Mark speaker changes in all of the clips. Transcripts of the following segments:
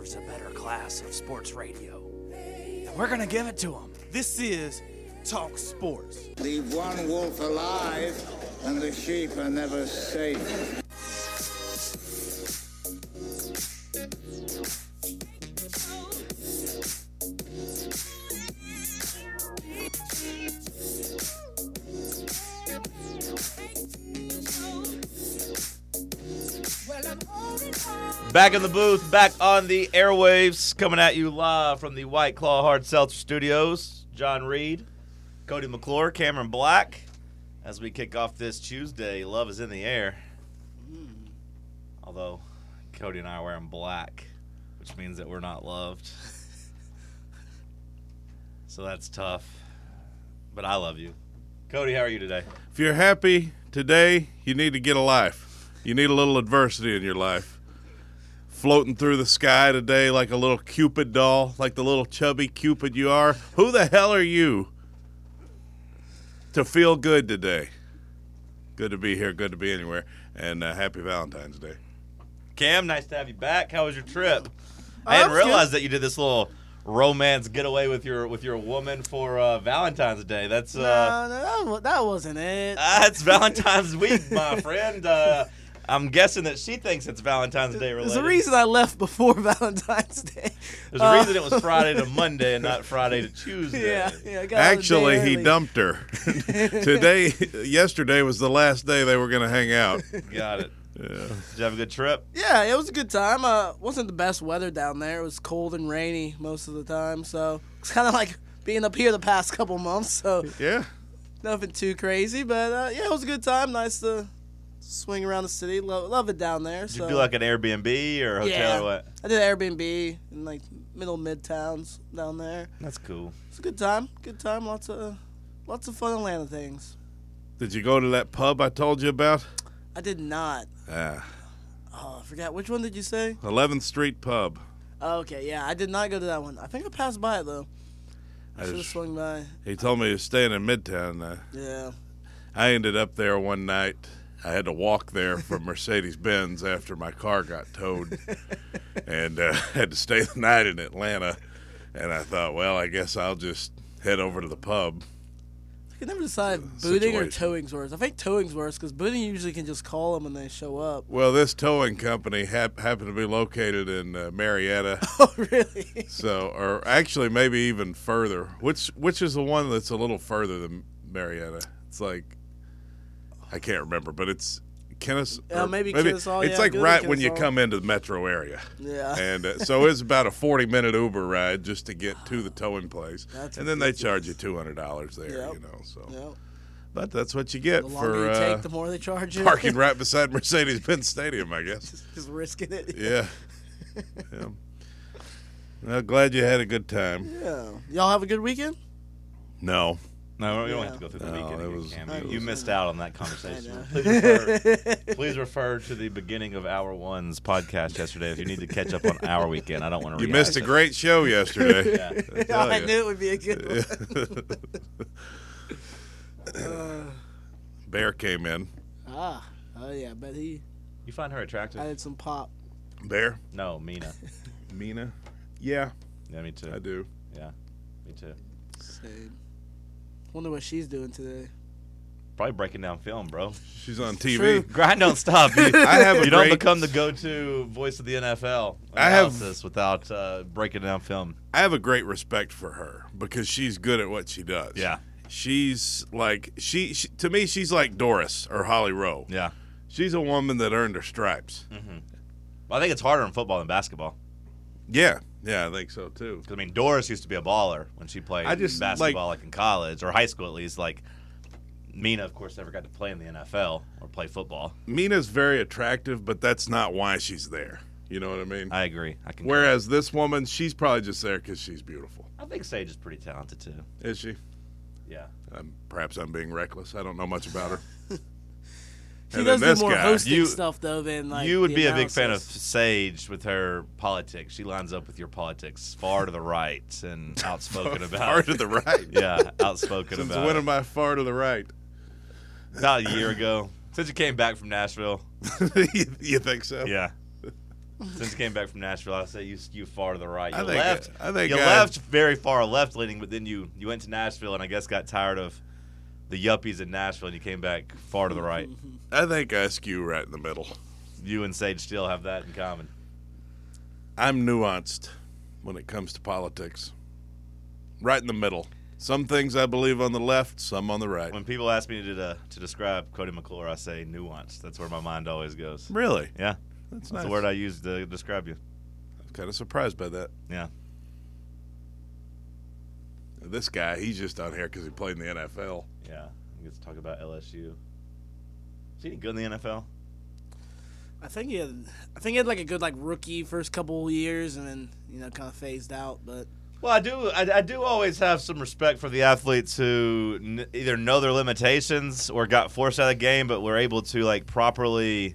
Speaker 1: deserves a better class of sports radio. And we're going to give it to him.
Speaker 2: This is Talk Sports.
Speaker 3: Leave one wolf alive, and the sheep are never safe.
Speaker 4: Back in the booth, back on the airwaves, coming at you live from the White Claw Hard Seltzer Studios. John Reed, Cody McClure, Cameron Black. As we kick off this Tuesday, love is in the air. Although Cody and I are wearing black, which means that we're not loved. so that's tough. But I love you. Cody, how are you today?
Speaker 5: If you're happy today, you need to get a life. You need a little adversity in your life. Floating through the sky today like a little Cupid doll, like the little chubby Cupid you are. Who the hell are you to feel good today? Good to be here, good to be anywhere, and uh, happy Valentine's Day.
Speaker 4: Cam, nice to have you back. How was your
Speaker 6: Oh,
Speaker 4: trip? I didn't realize that you did this little romance getaway with your with your woman for uh, Valentine's Day. That's uh,
Speaker 6: No, no, that, wa- that wasn't it.
Speaker 4: that's Valentine's week, my friend. Uh, I'm guessing that she thinks it's Valentine's Day related.
Speaker 6: There's a reason I left before Valentine's Day.
Speaker 4: There's a reason
Speaker 6: Uh,
Speaker 4: it was Friday to Monday and not Friday to Tuesday.
Speaker 6: Yeah, yeah.
Speaker 5: Oh,
Speaker 6: I got out a day
Speaker 5: Actually, he
Speaker 6: early.
Speaker 5: dumped her. today, yesterday was the last day they were going to hang out.
Speaker 4: Got it. Did you have a good trip?
Speaker 6: Yeah, it was a good time. Uh, wasn't the best weather down there. It was cold and rainy most of the time, so it's kind of like being up here the past couple months. So
Speaker 5: Yeah.
Speaker 6: nothing too crazy, but uh, yeah, it was a good time. Nice to swing around the city. Love, love it down there.
Speaker 4: Did
Speaker 6: so
Speaker 4: you do like an Airbnb or a hotel
Speaker 6: Yeah.
Speaker 4: or what?
Speaker 6: I did Airbnb in like middle midtowns down there.
Speaker 4: That's cool.
Speaker 6: It's a good time. Good time. Lots of lots of fun Atlanta things.
Speaker 5: Did you go to that pub I told you about?
Speaker 6: I did not.
Speaker 5: Ah,
Speaker 6: Oh, I forgot. Which one did you say?
Speaker 5: 11th Street Pub.
Speaker 6: Okay, yeah, I did not go to that one. I think I passed by it though. I
Speaker 5: I
Speaker 6: should have
Speaker 5: just-
Speaker 6: swung by.
Speaker 5: He told me he was staying in Midtown. Uh,
Speaker 6: Yeah.
Speaker 5: I ended up there one night. I had to walk there from Mercedes Benz after my car got towed, and uh, had to stay the night in Atlanta. And I thought, well, I guess I'll just head over to the pub.
Speaker 6: I can never decide booting or
Speaker 5: situation.
Speaker 6: towing's worse. I think towing's worse because booting you usually can just call them when they show up.
Speaker 5: Well, this towing company hap- happened to be located in uh, Marietta,
Speaker 6: Oh, really?
Speaker 5: so or actually maybe even further. Which which is the one that's a little further than Marietta? It's like I can't remember, but it's Kennesaw.
Speaker 6: Uh,
Speaker 5: or
Speaker 6: maybe Kennesaw,
Speaker 5: It's
Speaker 6: yeah,
Speaker 5: like
Speaker 6: go to
Speaker 5: right when you
Speaker 6: Kennesaw.
Speaker 5: come into the metro area.
Speaker 6: Yeah.
Speaker 5: and uh, so it's about a 40 minute Uber ride just to get to the towing place,
Speaker 6: That's
Speaker 5: and then they charge you $200 there,
Speaker 6: Yep.
Speaker 5: you know. So,
Speaker 6: yeah.
Speaker 5: but that's what you get
Speaker 6: The longer
Speaker 5: for
Speaker 6: you
Speaker 5: uh,
Speaker 6: take, the more they charge you.
Speaker 5: parking right beside Mercedes-Benz Stadium, I guess.
Speaker 6: just risking it.
Speaker 5: Yeah. yeah. Well, glad you had a good time.
Speaker 6: Yeah. Y'all have a good weekend.
Speaker 5: No,
Speaker 4: No, you don't
Speaker 6: Yeah.
Speaker 4: have to go through the
Speaker 5: No,
Speaker 4: weekend.
Speaker 5: it
Speaker 4: again,
Speaker 5: was-
Speaker 4: Cam.
Speaker 5: it
Speaker 4: You-
Speaker 5: was-
Speaker 4: you missed out on that conversation.
Speaker 6: know.
Speaker 4: Please refer, please refer to the beginning of Hour One's podcast yesterday if you need to catch up on our weekend. I don't want to.
Speaker 5: you missed Oh, a great show yesterday.
Speaker 4: Yeah.
Speaker 5: I tell
Speaker 6: I
Speaker 5: ya.
Speaker 6: knew it would be a good one.
Speaker 5: Bear came in.
Speaker 6: Ah. Oh yeah, but he
Speaker 4: You find her attractive?
Speaker 6: added some pop.
Speaker 5: Bear.
Speaker 4: no, Mina.
Speaker 5: Mina. Yeah,
Speaker 4: Yeah, me too.
Speaker 5: I do.
Speaker 4: Yeah, me too.
Speaker 6: Same. Wonder what she's doing today.
Speaker 4: Probably breaking down film, bro.
Speaker 5: She's on TV.
Speaker 6: True.
Speaker 4: Grind don't stop. You,
Speaker 5: I have a
Speaker 4: you don't
Speaker 5: great-
Speaker 4: become the go-to voice of the NFL
Speaker 5: I have-
Speaker 4: analysis without uh, breaking down film.
Speaker 5: I have a great respect for her because she's good at what she does.
Speaker 4: Yeah.
Speaker 5: She's like she, she to me she's like Doris or Holly Rowe.
Speaker 4: Yeah,
Speaker 5: She's a woman that earned her stripes.
Speaker 4: I think it's harder in football than basketball.
Speaker 5: Yeah. Yeah, I think so too.
Speaker 4: 'Cause, I mean, Doris used to be a baller when she played
Speaker 5: I just,
Speaker 4: basketball, like, in college or high school at least. Like Mina, of course, never got to play in the NFL or play football.
Speaker 5: Mina's very attractive, but that's not why she's there. You know what I mean?
Speaker 4: I agree. I can.
Speaker 5: Whereas this woman, she's probably just there because she's beautiful.
Speaker 4: I think Sage is pretty talented too.
Speaker 5: Is she?
Speaker 4: Yeah.
Speaker 5: Um, perhaps I'm being reckless. I don't know much about her.
Speaker 6: She
Speaker 5: And then
Speaker 6: does do
Speaker 5: this
Speaker 6: more
Speaker 5: guy.
Speaker 6: hosting
Speaker 4: You-
Speaker 6: stuff though than like.
Speaker 4: you would
Speaker 6: the
Speaker 4: be a big fan of
Speaker 6: analysis.
Speaker 4: Sage with her politics. She lines up with your politics far to the right and outspoken about.
Speaker 5: Far to the right.
Speaker 4: yeah, outspoken
Speaker 5: Since
Speaker 4: about.
Speaker 5: when
Speaker 4: it.
Speaker 5: am I far to the right?
Speaker 4: About a year ago, since you came back from Nashville.
Speaker 5: you think so?
Speaker 4: Yeah. Since you came back from Nashville, I say you you far to the right. You
Speaker 5: I think-
Speaker 4: left.
Speaker 5: I think
Speaker 4: you
Speaker 5: I-
Speaker 4: left very far left leaning, but then you you went to Nashville and I guess got tired of the yuppies in Nashville and you came back far to the right.
Speaker 5: I think I skew right in the middle.
Speaker 4: You and Sage still have that in common.
Speaker 5: I'm nuanced when it comes to politics. Right in the middle. Some things I believe on the left, some on the right.
Speaker 4: When people ask me to de- to describe Cody McClure, I say nuance. That's where my mind always goes.
Speaker 5: Really?
Speaker 4: Yeah,
Speaker 5: That's,
Speaker 4: that's
Speaker 5: nice.
Speaker 4: the word I use to describe you.
Speaker 5: I'm kind of surprised by that.
Speaker 4: Yeah.
Speaker 5: This guy, he's just on here because he played in the NFL.
Speaker 4: Yeah, we get to talk about LSU. Is he any good in the NFL?
Speaker 6: I think he had, I think he had like a good like rookie first couple years, and then you know kind of phased out. But
Speaker 4: Well, I do. I, I do always have some respect for the athletes who n- either know their limitations or got forced out of the game, but were able to like properly,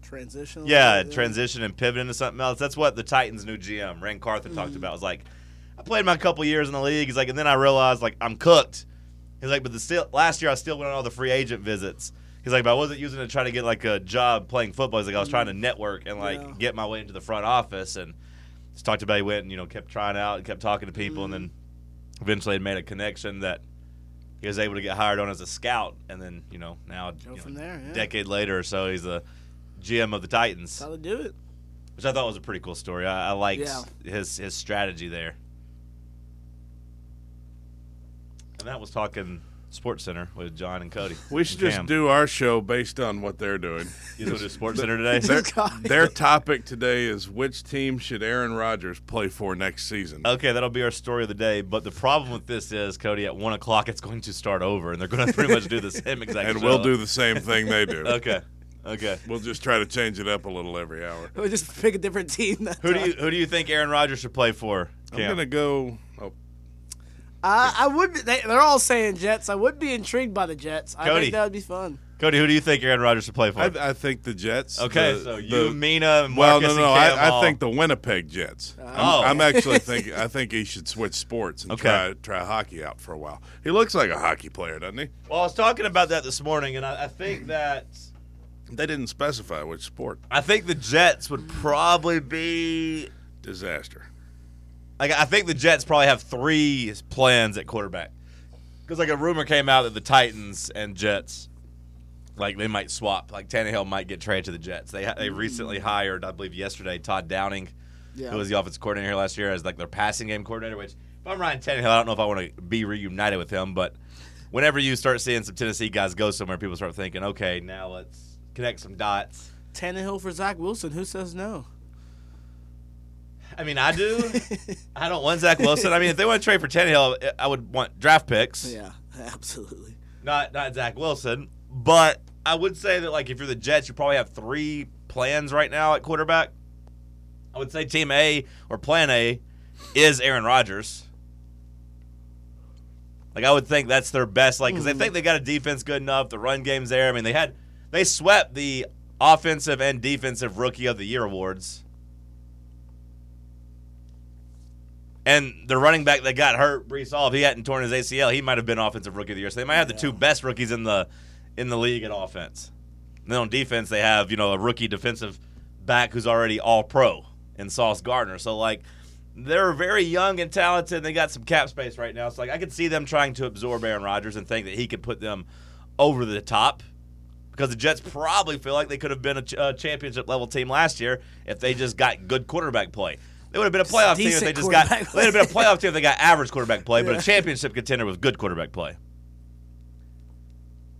Speaker 6: transition.
Speaker 4: yeah, transition and pivot into something else. That's what the Titans' new GM Rand Carthen
Speaker 6: Mm-hmm.
Speaker 4: talked about. It was like, I played my couple years in the league. He's like, and then I realized like I'm cooked. He's like, but the still last year I still went on all the free agent visits. He's like, but I wasn't using it to try to get like a job playing football. He's like, I was trying to network and like
Speaker 6: Mm-hmm. Yeah.
Speaker 4: get my way into the front office. And just talked about he went and you know kept trying out and kept talking to people, and then
Speaker 6: Mm-hmm.
Speaker 4: eventually had made a connection that he was able to get hired on as a scout. And then you know now you know,
Speaker 6: from there, yeah.
Speaker 4: decade later or so, he's the GM of the Titans,
Speaker 6: How to do it?
Speaker 4: which I thought was a pretty cool story. I, I liked
Speaker 6: Yeah.
Speaker 4: his his strategy there. And that was talking Sports Center with John and Cody.
Speaker 5: We should
Speaker 4: And
Speaker 5: just
Speaker 4: Cam.
Speaker 5: do our show based on what they're doing.
Speaker 4: You know, do Sports Center today.
Speaker 5: Their,
Speaker 6: guy.
Speaker 5: their topic today is which team should Aaron Rodgers play for next season?
Speaker 4: Okay, that'll be our story of the day. But the problem with this is, Cody, at one o'clock it's going to start over, and they're going to pretty much do the same exact.
Speaker 5: and
Speaker 4: show.
Speaker 5: we'll do the same thing they do.
Speaker 4: Okay, okay.
Speaker 5: We'll just try to change it up a little every hour.
Speaker 6: We just pick a different team. That
Speaker 4: Who do you who do you think Aaron Rodgers should play for?
Speaker 5: I'm
Speaker 4: Cam?
Speaker 5: gonna go. Oh,
Speaker 6: I, I would. Be, they, they're all saying Jets. I would be intrigued by the Jets. I
Speaker 4: Cody.
Speaker 6: think that would be fun.
Speaker 4: Cody, who do you think Aaron Rodgers should play for?
Speaker 5: I, I think the Jets.
Speaker 4: okay,
Speaker 5: the-
Speaker 4: so you,
Speaker 5: uh, the-
Speaker 4: Mina, and
Speaker 5: Well,
Speaker 4: Marcus,
Speaker 5: no, no.
Speaker 4: and Cam
Speaker 5: I, I
Speaker 4: all-
Speaker 5: think the Winnipeg Jets.
Speaker 4: Oh.
Speaker 5: I'm, I'm actually thinking. I think he should switch sports and
Speaker 4: Okay.
Speaker 5: try try hockey out for a while. He looks like a hockey player, doesn't he?
Speaker 4: Well, I was talking about that this morning, and I, I think that.
Speaker 5: They didn't specify which sport.
Speaker 4: I think the Jets would probably be.
Speaker 5: Disaster.
Speaker 4: Like, I think the Jets probably have three plans at quarterback. Because like a rumor came out that the Titans and Jets, like they might swap. Like Tannehill might get traded to the Jets. They they recently hired, I believe, yesterday Todd Downing,
Speaker 6: Yeah.
Speaker 4: who was the offensive coordinator here last year, as like their passing game coordinator. Which if I'm Ryan Tannehill, I don't know if I want to be reunited with him, but. Whenever you start seeing some Tennessee guys go somewhere, people start thinking, okay, now let's connect some dots.
Speaker 6: Tannehill for Zach Wilson. Who says no?
Speaker 4: I mean, I do. I don't want Zach Wilson. I mean, if they want to trade for Tannehill, I- I would want draft picks,
Speaker 6: Yeah, absolutely.
Speaker 4: not not Zach Wilson. But I would say that like if you're the Jets, you probably have three plans right now at quarterback. I would say Team A or Plan A is Aaron Rodgers. Like I would think that's their best, like because they think they got a defense good enough. The run game's there. I mean, they had they swept the offensive and defensive rookie of the year awards. And the running back that got hurt, Brees Hall, if he hadn't torn his ACL, he might have been offensive rookie of the year. So they might have the two best rookies in the in the league at offense. And then on defense, they have you know a rookie defensive back who's already All Pro in Sauce Gardner. So like they're very young and talented. And they got some cap space right now. So like I could see them trying to absorb Aaron Rodgers and think that he could put them over the top because the Jets probably feel like they could have been a ch- a championship level team last year if they just got good quarterback play. They would have been a playoff team if they
Speaker 6: Decent
Speaker 4: just got.
Speaker 6: quarterback
Speaker 4: They would have been a playoff team if they got average quarterback play, but a championship contender with good quarterback play.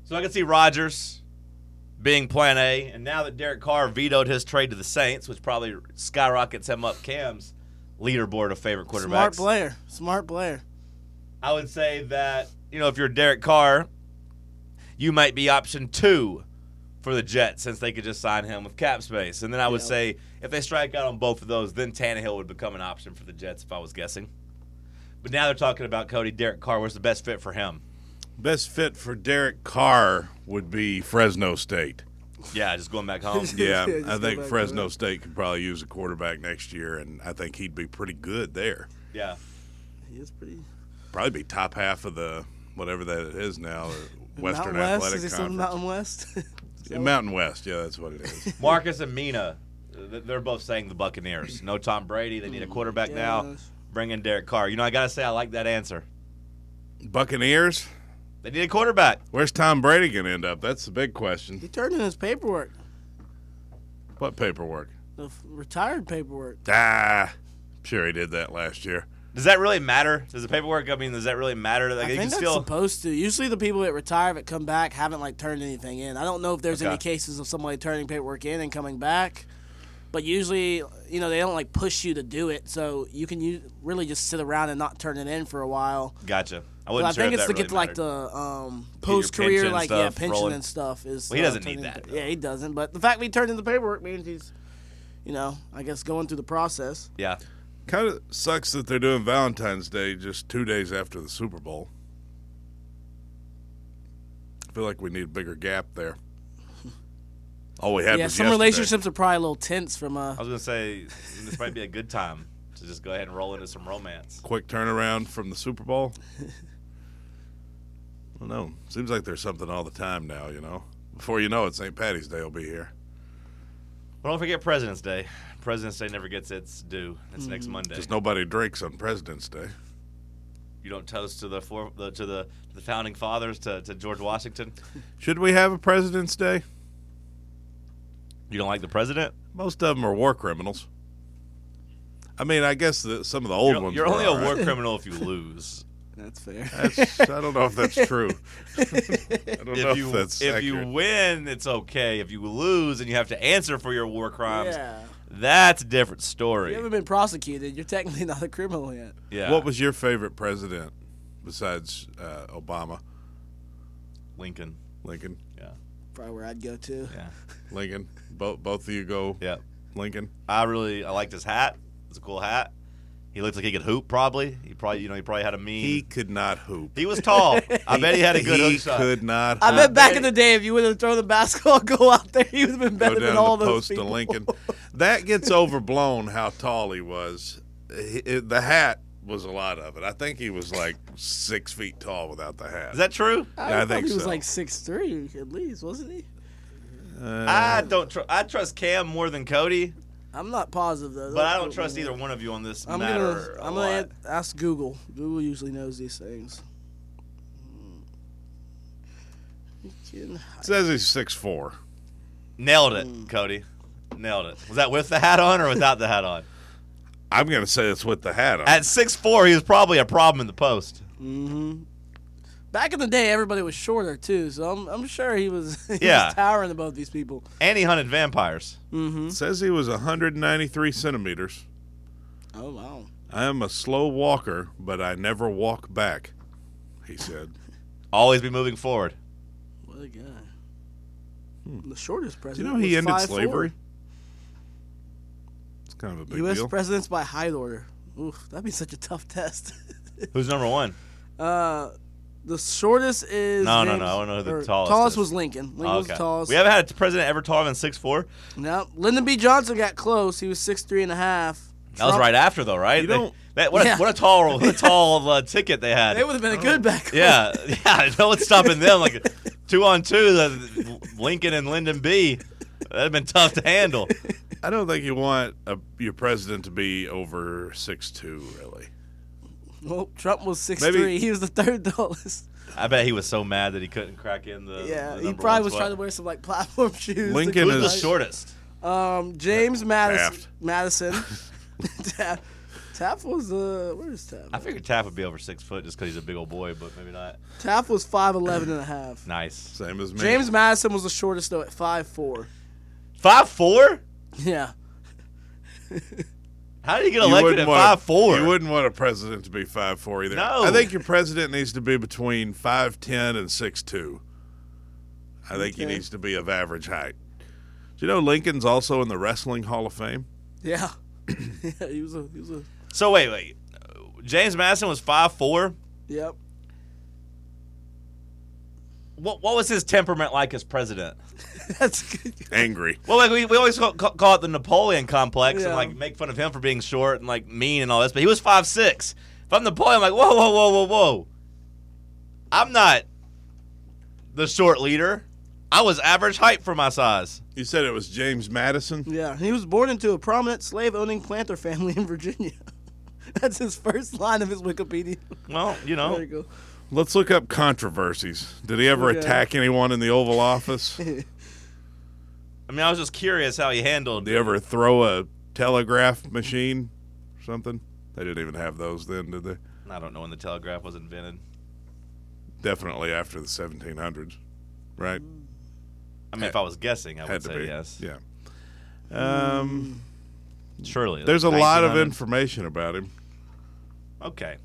Speaker 4: So I can see Rodgers being Plan A, and now that Derek Carr vetoed his trade to the Saints, which probably skyrockets him up Cam's leaderboard of favorite quarterbacks.
Speaker 6: Smart player. Smart player.
Speaker 4: I would say that, you know, if you're Derek Carr, you might be option two for the Jets since they could just sign him with cap space. And then I would
Speaker 6: Yeah.
Speaker 4: say if they strike out on both of those, then Tannehill would become an option for the Jets if I was guessing. But now they're talking about Cody Derek Carr. Where's the best fit for him?
Speaker 5: Best fit for Derek Carr would be Fresno State.
Speaker 4: Yeah, just going back home.
Speaker 5: Yeah,
Speaker 6: Yeah, just
Speaker 5: I
Speaker 6: go
Speaker 5: think
Speaker 6: back to
Speaker 5: Fresno
Speaker 6: that.
Speaker 5: State could probably use a quarterback next year, and I think he'd be pretty good there.
Speaker 4: yeah.
Speaker 6: He is pretty.
Speaker 5: Probably be top half of the whatever that is now, the Western
Speaker 6: Mountain West.
Speaker 5: Athletic
Speaker 6: Is he still
Speaker 5: Conference.
Speaker 6: Mountain West?
Speaker 5: Mountain West, yeah, that's what it is.
Speaker 4: Marcus and Mina th- they're both saying the Buccaneers. No Tom Brady. They need a quarterback now.
Speaker 6: gosh.
Speaker 4: Bring in Derek Carr. You know, I gotta say, I like that answer.
Speaker 5: Buccaneers.
Speaker 4: They need a quarterback.
Speaker 5: Where's Tom Brady gonna end up? That's the big question.
Speaker 6: He turned in his paperwork,
Speaker 5: What paperwork?
Speaker 6: the f- retired paperwork.
Speaker 5: Ah, I'm sure he did that last year.
Speaker 4: Does that really matter? Does the paperwork? I mean, does that really matter? Like,
Speaker 6: I
Speaker 4: you
Speaker 6: think
Speaker 4: can
Speaker 6: that's
Speaker 4: still.
Speaker 6: supposed to. Usually, the people that retire that come back haven't like turned anything in. I don't know if there's
Speaker 4: Okay.
Speaker 6: any cases of somebody turning paperwork in and coming back, but usually, you know, they don't like push you to do it, so you can u- really just sit around and not turn it in for a while.
Speaker 4: gotcha. I
Speaker 6: But
Speaker 4: wouldn't
Speaker 6: I
Speaker 4: sure
Speaker 6: think
Speaker 4: if
Speaker 6: it's
Speaker 4: that
Speaker 6: to
Speaker 4: really
Speaker 6: get like
Speaker 4: mattered.
Speaker 6: the um,
Speaker 4: your
Speaker 6: post career
Speaker 4: pension
Speaker 6: like yeah
Speaker 4: stuff
Speaker 6: pension
Speaker 4: rolling.
Speaker 6: and stuff is. uh,
Speaker 4: Well, he doesn't
Speaker 6: turning
Speaker 4: need
Speaker 6: in-
Speaker 4: that, though.
Speaker 6: Yeah, he doesn't. But the fact that he turned in the paperwork means he's, you know, I guess going through the process.
Speaker 4: Yeah.
Speaker 5: Kind of sucks that they're doing Valentine's Day just two days after the Super Bowl. I feel like we need a bigger gap there. All we had
Speaker 6: yeah,
Speaker 5: was
Speaker 6: some
Speaker 5: yesterday.
Speaker 6: relationships are probably a little tense from uh,
Speaker 4: I was gonna say this might be a good time to just go ahead and roll into some romance.
Speaker 5: Quick turnaround from the Super Bowl. I don't know. Seems like there's something all the time now. You know. Before you know it, St. Patty's Day will be here.
Speaker 4: But don't forget President's Day. President's Day never gets its due. It's next
Speaker 6: Mm-hmm.
Speaker 4: Monday.
Speaker 5: Just nobody drinks on President's Day.
Speaker 4: You don't toast to the, four, the to the the founding fathers to, to George Washington.
Speaker 5: Should we have a President's Day?
Speaker 4: You don't like the president?
Speaker 5: Most of them are war criminals. I mean, I guess the, some of the old
Speaker 4: You're,
Speaker 5: ones.
Speaker 4: you're
Speaker 5: were
Speaker 4: only
Speaker 5: all
Speaker 4: a war
Speaker 5: right.
Speaker 4: criminal if you lose.
Speaker 6: That's fair.
Speaker 5: That's, I don't know if that's true. I don't know
Speaker 4: if you
Speaker 5: if that's
Speaker 4: if
Speaker 5: accurate.
Speaker 4: you win, it's okay. If you lose and you have to answer for your war crimes,
Speaker 6: Yeah.
Speaker 4: that's a different story.
Speaker 6: You haven't been prosecuted. You're technically not a criminal yet.
Speaker 4: yeah.
Speaker 5: What was your favorite president besides uh, Obama,
Speaker 4: Lincoln?
Speaker 5: Lincoln,
Speaker 4: Yeah.
Speaker 6: Probably where I'd go to.
Speaker 4: Yeah.
Speaker 5: Lincoln? Both both of you go
Speaker 4: Yeah.
Speaker 5: Lincoln.
Speaker 4: I really I liked his hat. It's a cool hat. He looked like he could hoop. Probably. He probably you know he probably had a mean.
Speaker 5: He could not hoop.
Speaker 4: He was tall. I bet he had a good
Speaker 5: He
Speaker 4: hook shot.
Speaker 5: could not.
Speaker 6: I
Speaker 4: Uh,
Speaker 5: hoop.
Speaker 6: bet back in the day, if you would have thrown the basketball goal out there, you would have
Speaker 5: go
Speaker 6: been better
Speaker 5: down
Speaker 6: than all
Speaker 5: the
Speaker 6: those
Speaker 5: post
Speaker 6: people.
Speaker 5: to Lincoln. That gets overblown how tall he was. He- it- the hat was a lot of it. I think he was like six feet tall without the hat.
Speaker 4: Is that true?
Speaker 6: I,
Speaker 5: Yeah, I
Speaker 6: thought
Speaker 5: think
Speaker 6: he was
Speaker 5: so.
Speaker 6: like six three at least, wasn't he?
Speaker 4: I don't. Tr- I trust Cam more than Cody,
Speaker 6: I'm not positive though.
Speaker 4: but I
Speaker 6: That's
Speaker 4: don't
Speaker 6: what-
Speaker 4: trust either one of you on this
Speaker 6: I'm
Speaker 4: matter.
Speaker 6: gonna
Speaker 4: a
Speaker 6: I'm gonna
Speaker 4: lot.
Speaker 6: add- ask Google. Google usually knows these things. Hmm. Lincoln
Speaker 5: It says he's six four.
Speaker 4: Nailed it,
Speaker 6: Mm.
Speaker 4: Cody. Nailed it. Was that with the hat on or without the hat on?
Speaker 5: I'm gonna say it's with the hat on.
Speaker 4: At six four, he was probably a problem in the post.
Speaker 6: Back in the day, everybody was shorter too, so I'm, I'm sure he was, he
Speaker 4: Yeah.
Speaker 6: was towering above these people.
Speaker 4: And he hunted vampires.
Speaker 5: It says he was 193 centimeters.
Speaker 6: Oh wow!
Speaker 5: I am a slow walker, but I never walk back. He said.
Speaker 4: Always be moving forward.
Speaker 6: What a guy.
Speaker 4: Hmm.
Speaker 6: The shortest
Speaker 5: Do you
Speaker 6: president.
Speaker 5: know he
Speaker 6: was
Speaker 5: ended
Speaker 6: 5'4".
Speaker 5: slavery? It's kind of a big
Speaker 6: U.S.
Speaker 5: deal.
Speaker 6: presidents by height order. Oof, that'd be such a tough test.
Speaker 4: Who's number one?
Speaker 6: uh, the shortest is
Speaker 4: No, no,
Speaker 6: James-
Speaker 4: no, I don't know who the
Speaker 6: or
Speaker 4: tallest is. Oh,
Speaker 6: was Lincoln. Lincoln was the tallest.
Speaker 4: We haven't had a president ever taller than six four.
Speaker 6: no, Lyndon B. Johnson got close. He was six three and a half.
Speaker 4: That was
Speaker 6: Trump-
Speaker 4: right after though, right?
Speaker 5: You
Speaker 4: They-
Speaker 5: don't-
Speaker 4: that, what,
Speaker 6: Yeah.
Speaker 4: a, what a tall, what a tall uh, ticket they had.
Speaker 6: They would have been a good back.
Speaker 4: Oh. Yeah, yeah. No one's stopping them. Like two on two, the, Lincoln and Lyndon B. That'd have been tough to handle.
Speaker 5: I don't think you want a, your president to be over six two, really.
Speaker 6: Well, Trump was six
Speaker 5: Maybe-
Speaker 6: three. He was the third tallest.
Speaker 4: I bet he was so mad that he couldn't crack in the.
Speaker 6: Yeah,
Speaker 4: the
Speaker 6: he
Speaker 4: number
Speaker 6: probably
Speaker 4: one
Speaker 6: was
Speaker 4: spot.
Speaker 6: trying to wear some like platform shoes.
Speaker 5: Lincoln
Speaker 4: Who's the
Speaker 5: is-
Speaker 4: shortest?
Speaker 6: Um, James Madison.
Speaker 5: Taft.
Speaker 6: Madison. Taft. Taft was uh, where is Taft?
Speaker 4: I figured Taff would be over six foot just because he's a big old boy, but maybe not.
Speaker 6: Taft was 5'11 and a half.
Speaker 4: Nice.
Speaker 5: Same as me.
Speaker 6: James Madison was the shortest though at 5'4.
Speaker 4: Five four?
Speaker 6: Yeah.
Speaker 4: How did he get
Speaker 5: You
Speaker 4: elected
Speaker 5: wouldn't
Speaker 4: at
Speaker 5: want a-
Speaker 4: five four?
Speaker 5: You wouldn't want a president to be five four either.
Speaker 4: No.
Speaker 5: I think your president needs to be between five ten and six two. I think he
Speaker 6: Okay.
Speaker 5: needs to be of average height. Do you know Lincoln's also in the Wrestling Hall of Fame?
Speaker 6: Yeah. yeah, he was a he was a
Speaker 4: So wait, wait. James Madison was five four.
Speaker 6: Yep.
Speaker 4: What what was his temperament like as president?
Speaker 6: That's good.
Speaker 5: Angry.
Speaker 4: Well, like we, we always call, call, call it the Napoleon complex and
Speaker 6: Yeah.
Speaker 4: like make fun of him for being short and like mean and all this, but he was five six. If I'm Napoleon, I'm like whoa whoa whoa whoa whoa. I'm not the short leader. I was average height for my size.
Speaker 5: You said it was James Madison.
Speaker 6: Yeah, he was born into a prominent slave-owning planter family in Virginia. That's his first line of his Wikipedia.
Speaker 4: Well, you know,
Speaker 6: There you go.
Speaker 5: Let's look up controversies. Did he ever
Speaker 6: Okay.
Speaker 5: attack anyone in the Oval Office? Did
Speaker 4: I mean, I was just curious how he handled.
Speaker 5: he ever throw a telegraph machine or something? They didn't even have those then, did they?
Speaker 4: I don't know when the telegraph was invented.
Speaker 5: Definitely after the 1700s, right?
Speaker 4: I mean, if I was guessing, I would
Speaker 5: Had to
Speaker 4: say
Speaker 5: be.
Speaker 4: yes.
Speaker 5: Yeah. Um,
Speaker 4: Surely.
Speaker 5: there's a lot of
Speaker 4: 1900.
Speaker 5: information about him.
Speaker 4: Okay.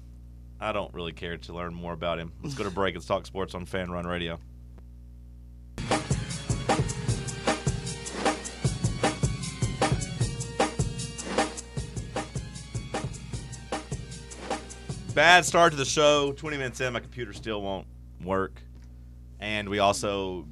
Speaker 4: I don't really care to learn more about him. Let's go to break. Let's talk sports on Fan Run Radio. Bad start to the show. 20 minutes in, my computer still won't work. And we also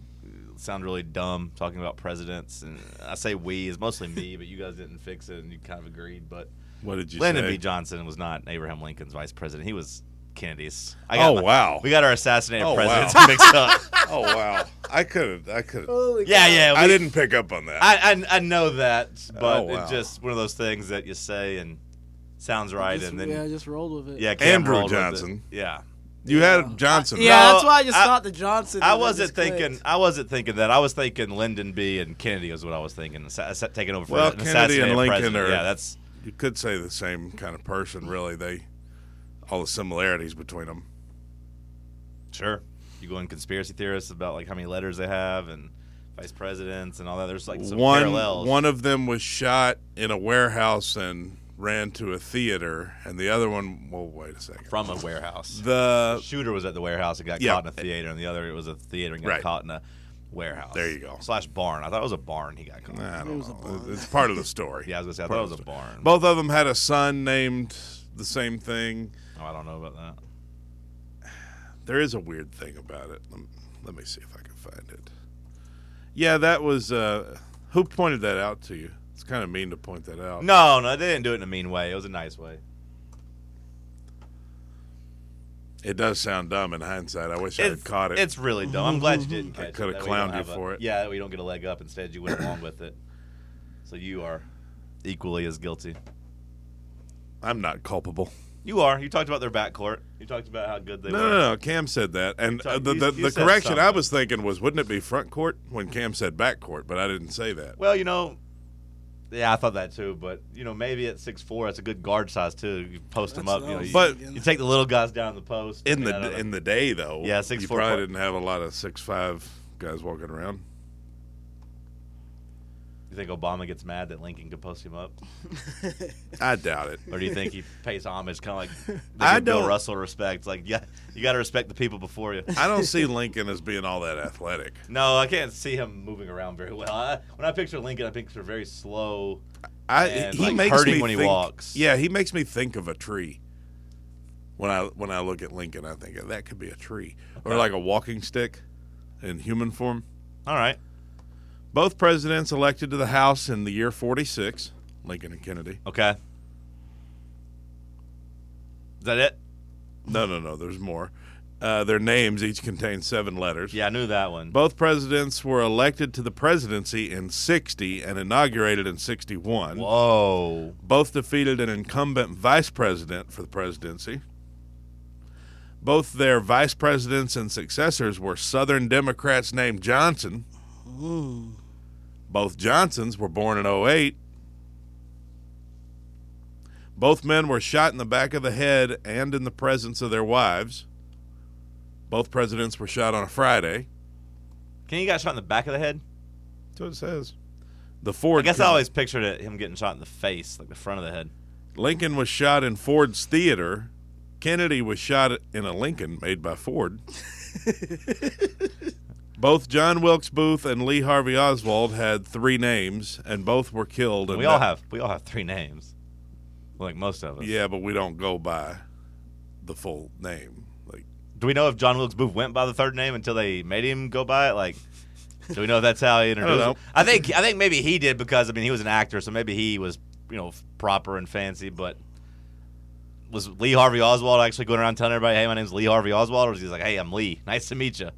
Speaker 4: sound really dumb talking about presidents. And I say we, it's mostly me, but you guys didn't fix it and you kind of agreed. But
Speaker 5: What did you
Speaker 4: Lyndon
Speaker 5: say?
Speaker 4: B. Johnson was not Abraham Lincoln's vice president. He was Kennedy's. I
Speaker 5: Oh, wow.
Speaker 4: We got our assassinated
Speaker 5: Oh, wow.
Speaker 4: presidents mixed up.
Speaker 5: oh wow! I could have. I could have.
Speaker 6: Holy
Speaker 4: Yeah, Oh, yeah.
Speaker 5: I
Speaker 4: we-
Speaker 5: didn't pick up on that.
Speaker 4: I, I I know that, but
Speaker 5: Oh, wow.
Speaker 4: it's just one of those things that you say and sounds right,
Speaker 6: Just,
Speaker 4: and then
Speaker 6: yeah, I
Speaker 4: yeah,
Speaker 6: just rolled with it.
Speaker 4: Cam
Speaker 5: Andrew
Speaker 4: rolled with it.
Speaker 5: Johnson.
Speaker 4: Yeah,
Speaker 5: you had Johnson.
Speaker 6: yeah.
Speaker 4: No,
Speaker 6: that's why I just
Speaker 4: I-
Speaker 6: thought the Johnson.
Speaker 4: I
Speaker 6: and it
Speaker 4: wasn't
Speaker 6: just clicked.
Speaker 4: thinking. I wasn't thinking that. I was thinking Lyndon B. and Kennedy is what I was thinking. assa- assa- Taking over for
Speaker 5: Well,
Speaker 4: an
Speaker 5: Kennedy and
Speaker 4: assassinated
Speaker 5: Lincoln
Speaker 4: president.
Speaker 5: are-
Speaker 4: Yeah, that's
Speaker 5: You could say the same kind of person, really. They all the similarities between them.
Speaker 4: sure. You go in conspiracy theorists about like how many letters they have and vice presidents and all that. There's like some
Speaker 5: one
Speaker 4: parallels.
Speaker 5: one of them was shot in a warehouse and ran to a theater, and the other one. Well, wait a second.
Speaker 4: from a warehouse.
Speaker 5: the
Speaker 4: shooter was at the warehouse and got
Speaker 5: Yeah.
Speaker 4: caught in a theater, and the other it was a theater and got
Speaker 5: Right.
Speaker 4: caught in a warehouse.
Speaker 5: There you go.
Speaker 4: Slash barn. I thought it was a barn. He got caught.
Speaker 5: I don't know. It's part of the story.
Speaker 4: Yeah, I was gonna say I
Speaker 5: Part
Speaker 4: thought it
Speaker 5: of
Speaker 4: was a
Speaker 5: the
Speaker 4: barn.
Speaker 5: Both of them had a son named the same thing.
Speaker 4: oh, I don't know about that.
Speaker 5: There is a weird thing about it. Let me, let me see if I can find it. Yeah, that was. Uh, who pointed that out to you? It's kind of mean to point that out.
Speaker 4: No, no, they didn't do it in a mean way. It was a nice way.
Speaker 5: It does sound dumb in hindsight. I wish I
Speaker 4: It's,
Speaker 5: had caught it.
Speaker 4: it's really dumb. I'm glad you didn't catch it.
Speaker 5: coulda
Speaker 4: That way we don't
Speaker 5: clowned you
Speaker 4: have a-
Speaker 5: for it.
Speaker 4: Yeah, we don't get a leg up. Instead, you went along with it. So you are equally as guilty.
Speaker 5: I'm not culpable.
Speaker 4: You are. You talked about their backcourt. You talked about how good they
Speaker 5: No,
Speaker 4: were.
Speaker 5: no, no. Cam said that, and
Speaker 4: You
Speaker 5: uh,
Speaker 4: talk-
Speaker 5: the
Speaker 4: you-
Speaker 5: the,
Speaker 4: you
Speaker 5: the
Speaker 4: said
Speaker 5: correction I
Speaker 4: something.
Speaker 5: was thinking was, wouldn't it be front court when Cam said back court? But I didn't say that.
Speaker 4: Well, you know, yeah, I thought that too. But you know, maybe at six four, that's a good guard size too. You post them
Speaker 6: That's
Speaker 4: up.
Speaker 6: what
Speaker 4: You
Speaker 6: I
Speaker 4: know,
Speaker 6: was
Speaker 4: you,
Speaker 5: thinking.
Speaker 4: you take the little guys down the post.
Speaker 5: In
Speaker 4: I mean, I
Speaker 5: the
Speaker 4: don't
Speaker 5: in
Speaker 4: know.
Speaker 5: the day though,
Speaker 4: Yeah, six,
Speaker 5: you
Speaker 4: four,
Speaker 5: probably
Speaker 4: four.
Speaker 5: didn't have a lot of six five guys walking around.
Speaker 4: you think Obama gets mad that Lincoln could post him up,
Speaker 5: I doubt it.
Speaker 4: or do you think he pays homage, kind of like the
Speaker 5: I
Speaker 4: good Bill
Speaker 5: don't-
Speaker 4: Russell respect? Like, yeah, you got to respect the people before you.
Speaker 5: I don't see Lincoln as being all that athletic.
Speaker 4: No, I can't see him moving around very well. I, when I picture Lincoln, I picture very slow.
Speaker 5: I
Speaker 4: and,
Speaker 5: he
Speaker 4: like,
Speaker 5: makes
Speaker 4: hurting
Speaker 5: me
Speaker 4: when he
Speaker 5: think-
Speaker 4: walks.
Speaker 5: Yeah, he makes me think of a tree. When I when I look at Lincoln, I think that could be a tree or like a walking stick in human form.
Speaker 4: All right,
Speaker 5: Both presidents elected to the House in the year 46, Lincoln and Kennedy.
Speaker 4: okay. Is that it?
Speaker 5: No, no, no, there's more. Uh, their names each contain seven letters.
Speaker 4: Yeah, I knew that one.
Speaker 5: Both presidents were elected to the presidency in 60 and inaugurated in 61.
Speaker 4: Whoa.
Speaker 5: Both defeated an incumbent vice president for the presidency. Both their vice presidents and successors were Southern Democrats named Johnson. Both Johnsons were born in 08. Both men were shot in the back of the head and in the presence of their wives. Both presidents were shot on a Friday.
Speaker 4: Can you guys shot in the back of the head?
Speaker 5: That's what it says. The Ford
Speaker 4: I guess I
Speaker 5: company-
Speaker 4: always pictured it, him getting shot in the face, like the front of the head.
Speaker 5: Lincoln was shot in Ford's theater. Kennedy was shot in a Lincoln made by Ford. both John Wilkes Booth and Lee Harvey Oswald had three names, and both were killed. And
Speaker 4: We all
Speaker 5: that-
Speaker 4: have we all have three names, like most of us.
Speaker 5: Yeah, but we don't go by the full name. Like,
Speaker 4: Do we know if John Wilkes Booth went by the third name until they made him go by it? Like, do we know if that's how he introduced?
Speaker 5: know.
Speaker 4: him? I think I think maybe he did because I mean he was an actor, so maybe he was you know proper and fancy. But was Lee Harvey Oswald actually going around telling everybody, "Hey, my name's Lee Harvey Oswald," or was he like, "Hey, I'm Lee. Nice to meet you."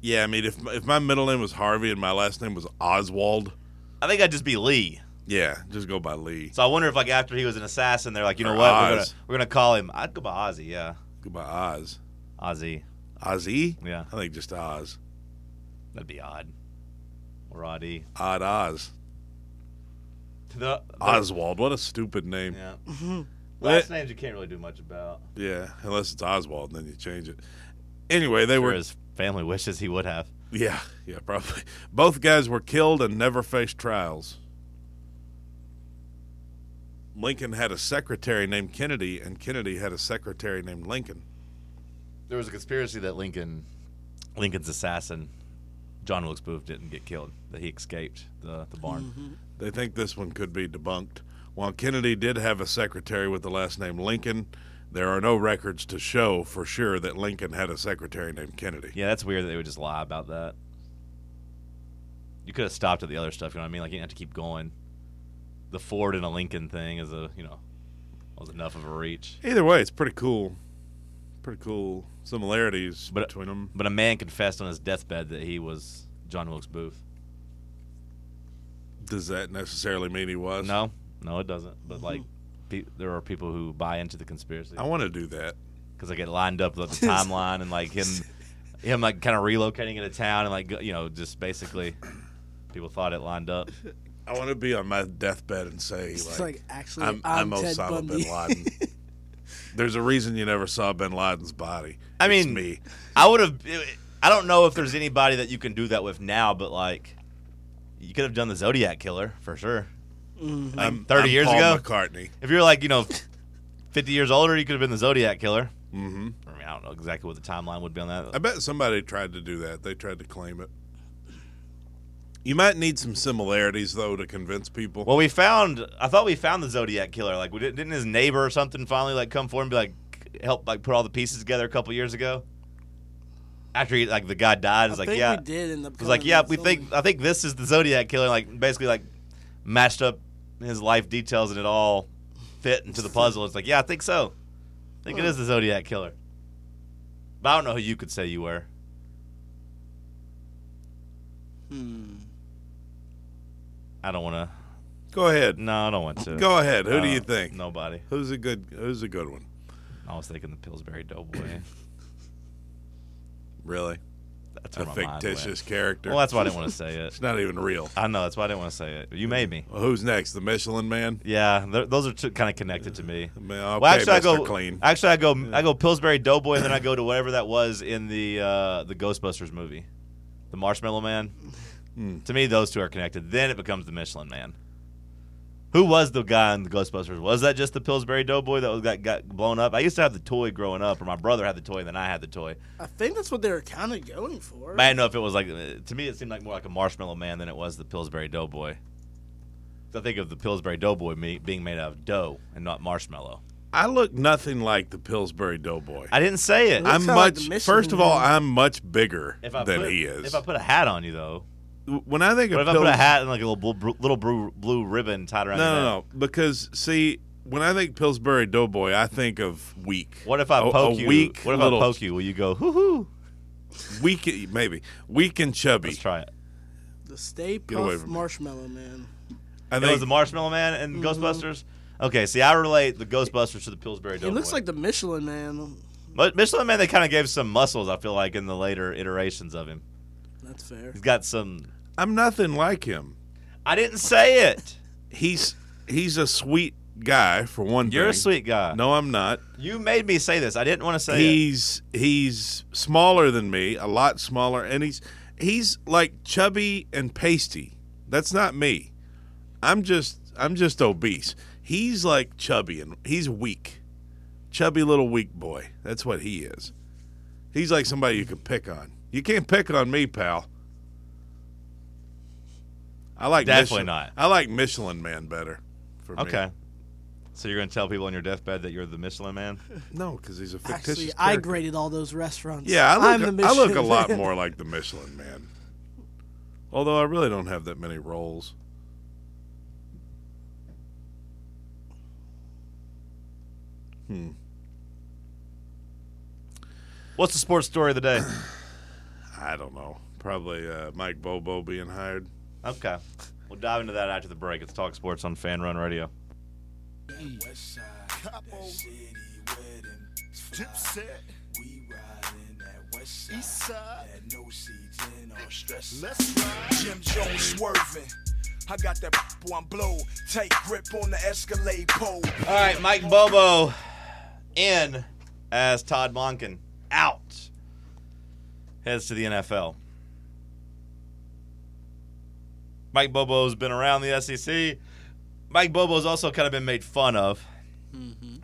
Speaker 5: Yeah, I mean, if if my middle name was Harvey and my last name was Oswald,
Speaker 4: I think I'd just be Lee.
Speaker 5: yeah, just go by Lee.
Speaker 4: So I wonder if like after he was an assassin, they're like, you know
Speaker 5: Or
Speaker 4: what, we're gonna
Speaker 5: Oz.
Speaker 4: we're gonna call him. I'd go by Ozzy, yeah,
Speaker 5: Go by Oz.
Speaker 4: Ozzy.
Speaker 5: Ozzy?
Speaker 4: Yeah.
Speaker 5: I think just Oz.
Speaker 4: That'd be odd. Or oddy.
Speaker 5: Odd Oz.
Speaker 4: The, the-
Speaker 5: Oswald. What a stupid name.
Speaker 4: Yeah. Last
Speaker 5: Let-
Speaker 4: names you can't really do much about.
Speaker 5: Yeah, unless it's Oswald, and then you change it. Anyway, they
Speaker 4: Or
Speaker 5: were.
Speaker 4: his family wishes he would have.
Speaker 5: Yeah, yeah, probably. Both guys were killed and never faced trials. Lincoln had a secretary named Kennedy, and Kennedy had a secretary named Lincoln.
Speaker 4: There was a conspiracy that Lincoln, Lincoln's assassin, John Wilkes Booth, didn't get killed. That he escaped the the barn.
Speaker 5: They think this one could be debunked. While Kennedy did have a secretary with the last name Lincoln, there are no records to show for sure that Lincoln had a secretary named Kennedy.
Speaker 4: Yeah, that's weird that they would just lie about that. You could have stopped at the other stuff. You know what I mean? Like you didn't have to keep going. The Ford and a Lincoln thing is a you know was enough of a reach.
Speaker 5: Either way, it's pretty cool. Pretty cool similarities
Speaker 4: But-
Speaker 5: between them.
Speaker 4: But a man confessed on his deathbed that he was John Wilkes Booth.
Speaker 5: Does that necessarily mean he was?
Speaker 4: No, no, it doesn't. But like, pe- there are people who buy into the conspiracy
Speaker 5: Hmm. I want to do that.
Speaker 4: because like it lined up with the timeline and like him, him like kind of relocating into town and like go- you know just basically, people thought it lined up.
Speaker 5: I want to be on my deathbed and say,
Speaker 6: It's
Speaker 5: like,
Speaker 6: like, actually,
Speaker 5: I'm,
Speaker 6: I'm
Speaker 5: I'm,
Speaker 6: Ted
Speaker 5: Osama
Speaker 6: Bundy.
Speaker 5: bin Laden. There's a reason you never saw bin Laden's body.
Speaker 4: I
Speaker 5: It's
Speaker 4: mean,
Speaker 5: me.
Speaker 4: I would have. I don't know if there's anybody that you can do that with now, but like, you could have done the Zodiac killer for sure. Like,
Speaker 5: I'm-
Speaker 4: 30
Speaker 5: I'm
Speaker 4: years
Speaker 5: Paul
Speaker 4: ago,
Speaker 5: McCartney.
Speaker 4: if you're like you know, 50 years older, you could have been the Zodiac killer. Mm-hmm. I mean, I don't know exactly what the timeline would be on that.
Speaker 5: I bet somebody tried to do that. They tried to claim it. You might need some similarities though to convince people.
Speaker 4: Well, we found. I thought we found the Zodiac killer. Like, we didn't, didn't his neighbor or something finally like come forward and be like, help like put all the pieces together a couple years ago. After he, like the guy died,
Speaker 6: I
Speaker 4: it's like
Speaker 6: think
Speaker 4: yeah,
Speaker 6: we did end up.
Speaker 4: It was like,
Speaker 6: coming
Speaker 4: yeah,
Speaker 6: up
Speaker 4: we
Speaker 6: with
Speaker 4: think
Speaker 6: something.
Speaker 4: I think this is the Zodiac killer. Like basically, like matched up his life details and it all fit into the puzzle. It's like, yeah, I think so. I think it is the Zodiac killer. But I don't know who you could say you were.
Speaker 5: Hmm.
Speaker 4: I don't want to.
Speaker 5: go ahead.
Speaker 4: No, I don't want to.
Speaker 5: Go ahead. Who
Speaker 4: Uh,
Speaker 5: do you think?
Speaker 4: Nobody.
Speaker 5: Who's a good Who's a good one?
Speaker 4: I was thinking the Pillsbury Doughboy.
Speaker 5: Really?
Speaker 4: That's
Speaker 5: A
Speaker 4: where my mind
Speaker 5: fictitious
Speaker 4: went.
Speaker 5: character.
Speaker 4: Well, that's why I didn't want to say it.
Speaker 5: it's not even real.
Speaker 4: I know. That's why I didn't want to say it. You made me.
Speaker 5: Well, who's next? The Michelin Man.
Speaker 4: Yeah, th- those are two kind of connected to me.
Speaker 5: I mean, okay,
Speaker 4: Well, actually,
Speaker 5: Mr.
Speaker 4: I go
Speaker 5: clean.
Speaker 4: Actually, I go I go Pillsbury Doughboy, and then I go to whatever that was in the uh, the Ghostbusters movie, the Marshmallow Man.
Speaker 5: Hmm.
Speaker 4: To me, those two are connected. Then it becomes the Michelin Man. Who was the guy in the Ghostbusters? Was that just the Pillsbury Doughboy that was, got got blown up? I used to have the toy growing up, or my brother had the toy, and then I had the toy.
Speaker 6: I think that's what they were kind of going for.
Speaker 4: But I didn't know if it was like uh, to me, it seemed like more like a Marshmallow Man than it was the Pillsbury Doughboy. 'Cause I think of the Pillsbury Doughboy me- being made out of dough and not marshmallow.
Speaker 5: I look nothing like the Pillsbury Doughboy.
Speaker 4: I didn't say it.
Speaker 6: Looks
Speaker 5: I'm
Speaker 6: kinda like
Speaker 5: much.
Speaker 6: the Michelin
Speaker 5: first of all,
Speaker 6: Man.
Speaker 5: I'm much bigger
Speaker 4: if I
Speaker 5: than
Speaker 4: put,
Speaker 5: he is.
Speaker 4: If I put a hat on you, though,
Speaker 5: when I think
Speaker 4: what if
Speaker 5: of
Speaker 4: I put a
Speaker 5: Pillsbury-
Speaker 4: hat and like a little blue, bru- little blue, blue ribbon tied around?
Speaker 5: No,
Speaker 4: your
Speaker 5: no,
Speaker 4: neck?
Speaker 5: no. Because see, when I think Pillsbury Doughboy, I think of weak.
Speaker 4: What if I
Speaker 5: A-
Speaker 4: poke
Speaker 5: a
Speaker 4: you?
Speaker 5: Weak,
Speaker 4: what if
Speaker 5: little,
Speaker 4: I poke you? Will you go hoo hoo?
Speaker 5: Weak, maybe weak and chubby.
Speaker 4: Let's try it.
Speaker 6: the Stay
Speaker 5: Get away
Speaker 6: Puft
Speaker 5: from me.
Speaker 6: Marshmallow Man.
Speaker 5: I
Speaker 4: It was
Speaker 5: think
Speaker 4: the Marshmallow Man and
Speaker 6: Mm-hmm.
Speaker 4: Ghostbusters. Okay, see, I relate the Ghostbusters to the Pillsbury
Speaker 6: He
Speaker 4: Doughboy.
Speaker 6: looks like the Michelin Man.
Speaker 4: but Michelin Man. They kind of gave some muscles. I feel like in the later iterations of him,
Speaker 6: That's fair.
Speaker 4: he's got some.
Speaker 5: I'm nothing like him.
Speaker 4: I didn't say it.
Speaker 5: He's he's a sweet guy for one
Speaker 4: You're a
Speaker 5: thing.
Speaker 4: sweet guy.
Speaker 5: No, I'm not.
Speaker 4: you made me say this. I didn't want to say it.
Speaker 5: He's he's smaller than me, a lot smaller, and he's he's like chubby and pasty. That's not me. I'm just I'm just obese. He's like chubby and he's weak. Chubby little weak boy. That's what he is. He's like somebody you can pick on. You can't pick on me, pal. I like
Speaker 4: Definitely
Speaker 5: Michelin-
Speaker 4: not.
Speaker 5: I like Michelin Man better. For me.
Speaker 4: Okay. So you're gonna tell people on your deathbed that you're the Michelin Man?
Speaker 5: No, because he's a fictitious.
Speaker 6: Actually, I
Speaker 5: character.
Speaker 6: graded all those restaurants.
Speaker 5: Yeah, I
Speaker 6: I'm
Speaker 5: look,
Speaker 6: the
Speaker 5: I look a
Speaker 6: Michelin
Speaker 5: lot
Speaker 6: Man.
Speaker 5: more like the Michelin man. Although I really don't have that many roles.
Speaker 4: What's the sports story of the day?
Speaker 5: I don't know. Probably uh, Mike Bobo being hired.
Speaker 4: Okay. We'll dive into that after the break. It's Talk Sports on Fan Run Radio.
Speaker 7: Dip set. We riding that west side. East side. That no seeds in our stress. Let's ride. Jim Jones swerving. I got that one blow. Take grip on the Escalade pole.
Speaker 4: All right, Mike Bobo in as Todd Monken out heads to the NFL. Mike Bobo's been around the SEC. Mike Bobo's also kind of been made fun of.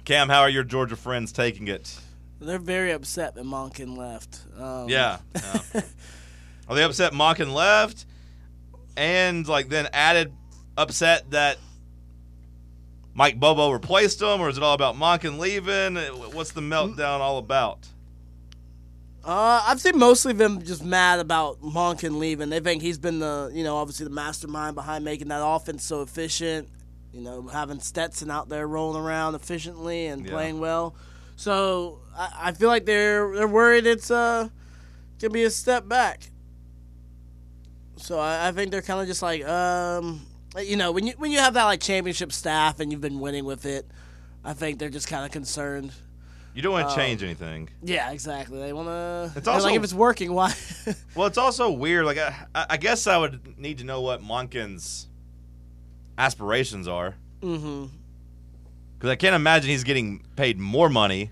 Speaker 4: Cam, how are your Georgia friends taking it?
Speaker 6: They're very upset that Monken left. Um,
Speaker 4: Yeah. yeah. Are they upset Monken left? And like then added upset that Mike Bobo replaced him, or is it all about Monken leaving? What's the meltdown all about?
Speaker 6: Uh, I've seen mostly of them just mad about Monken leaving. They think he's been the, you know, obviously the mastermind behind making that offense so efficient. You know, having Stetson out there rolling around efficiently and
Speaker 4: Yeah.
Speaker 6: playing well. So I, I feel like they're they're worried it's uh gonna be a step back. So I, I think they're kind of just like, um, like, you know, when you when you have that like championship staff and you've been winning with it, I think they're just kind of concerned.
Speaker 4: You don't want to change anything.
Speaker 6: Yeah, exactly. They want to.
Speaker 4: It's
Speaker 6: It's also like
Speaker 4: also-
Speaker 6: if it's working, why?
Speaker 4: Well, it's also weird. Like I, I I guess I would need to know what Monken's aspirations are,
Speaker 6: mm-hmm.
Speaker 4: because I can't imagine he's getting paid more money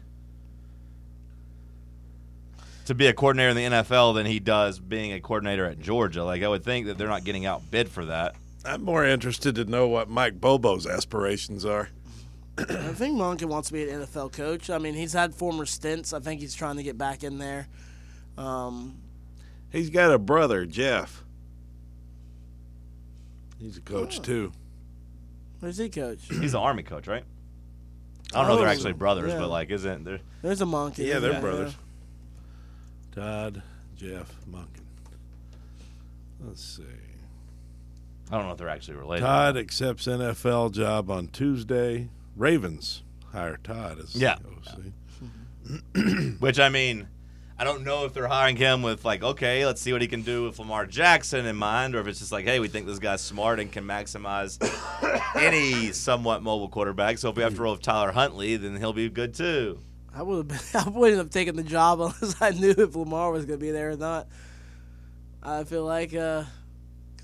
Speaker 4: to be a coordinator in the NFL than he does being a coordinator at Georgia. Like I would think that they're not getting outbid for that.
Speaker 5: I'm more interested to know what Mike Bobo's aspirations are.
Speaker 6: I think Monken wants to be an NFL coach. I mean, he's had former stints. I think he's trying to get back in there. Um,
Speaker 5: He's got a brother, Jeff. He's a coach
Speaker 6: Oh,
Speaker 5: too.
Speaker 6: where's he coach?
Speaker 4: He's an army coach, right? I don't know if they're
Speaker 6: Oh,
Speaker 4: actually brothers,
Speaker 6: yeah.
Speaker 4: but like, isn't there?
Speaker 6: There's a Monken.
Speaker 5: Yeah, they're
Speaker 6: isn't there?
Speaker 5: brothers. Todd, Jeff, Monken. Let's see.
Speaker 4: I don't know if they're actually related.
Speaker 5: Todd accepts NFL job on Tuesday. Ravens hire Todd as
Speaker 4: Yeah.
Speaker 5: OC.
Speaker 4: Which I mean, I don't know if they're hiring him with like, okay, let's see what he can do with Lamar Jackson in mind, or if it's just like, hey, we think this guy's smart and can maximize any somewhat mobile quarterback. So if we have to roll with Tyler Huntley, then he'll be good too.
Speaker 6: I would have been. I wouldn't have taken the job unless I knew if Lamar was going to be there or not. I feel like because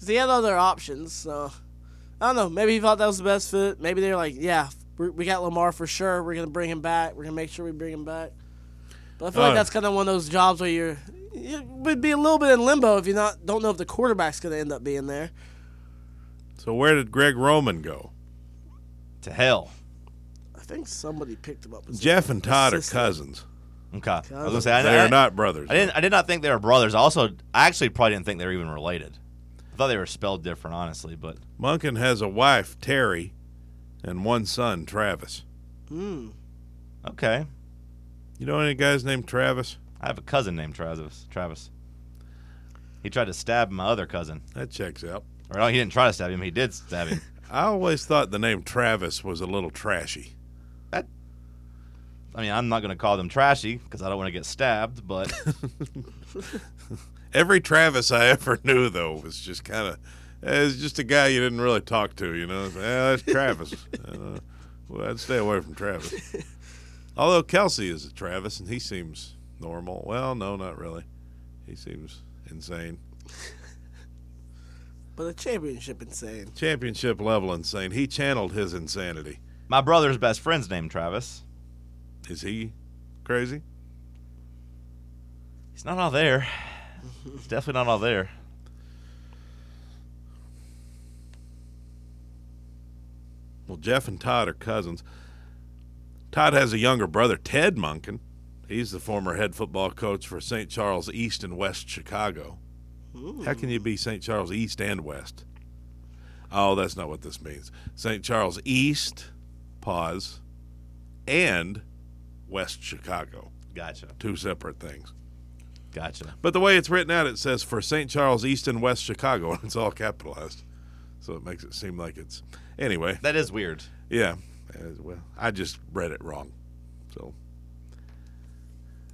Speaker 6: he had other options. So I don't know. Maybe he thought that was the best fit. Maybe they were like, yeah, we we got Lamar for sure. We're going to bring him back. We're going to make sure we bring him back. But I feel
Speaker 5: Oh.
Speaker 6: like that's kind of one of those jobs where you're you would be a little bit in limbo if you not don't know if the quarterback's going to end up being there.
Speaker 5: So where did Greg Roman go?
Speaker 4: To hell.
Speaker 6: I think somebody picked him up. as a
Speaker 5: Jeff and Todd are
Speaker 6: assistant.
Speaker 5: cousins.
Speaker 4: Okay. I was gonna say I,
Speaker 5: They
Speaker 4: I-
Speaker 5: are not brothers.
Speaker 4: I didn't. I did not think they were brothers. I also, I actually probably didn't think they were even related. I thought they were spelled different, honestly. But
Speaker 5: Monken has a wife, Terry, and one son, Travis.
Speaker 4: okay,
Speaker 5: You know any guys named Travis?
Speaker 4: I have a cousin named Travis. Travis. He tried to stab my other cousin.
Speaker 5: That checks out.
Speaker 4: Or no, he didn't try to stab him. He did stab him.
Speaker 5: I always thought the name Travis was a little trashy.
Speaker 4: I mean, I'm not going to call them trashy because I don't want to get stabbed, but
Speaker 5: Every Travis I ever knew, though, was just kind of, it was just a guy you didn't really talk to, you know? It's, "Eh, that's Travis. uh, well, I'd stay away from Travis. Although Kelsey is a Travis, and he seems normal. Well, no, not really. He seems insane.
Speaker 6: But a championship insane.
Speaker 5: Championship level insane. He channeled his insanity.
Speaker 4: my brother's best friend's named Travis.
Speaker 5: Is he crazy?
Speaker 4: He's not all there. He's definitely not all there.
Speaker 5: Well, Jeff and Todd are cousins. Todd has a younger brother, Ted Monken. He's the former head football coach for St. Charles East and West Chicago. How can you be St. Charles East and West? Oh, that's not what this means. St. Charles East, pause, and West Chicago.
Speaker 4: Gotcha.
Speaker 5: Two separate things.
Speaker 4: Gotcha.
Speaker 5: But the way it's written out, it says for St. Charles East and West Chicago, and it's all capitalized. So it makes it seem like it's. Anyway.
Speaker 4: That is weird.
Speaker 5: Yeah. As well, I just read it wrong. So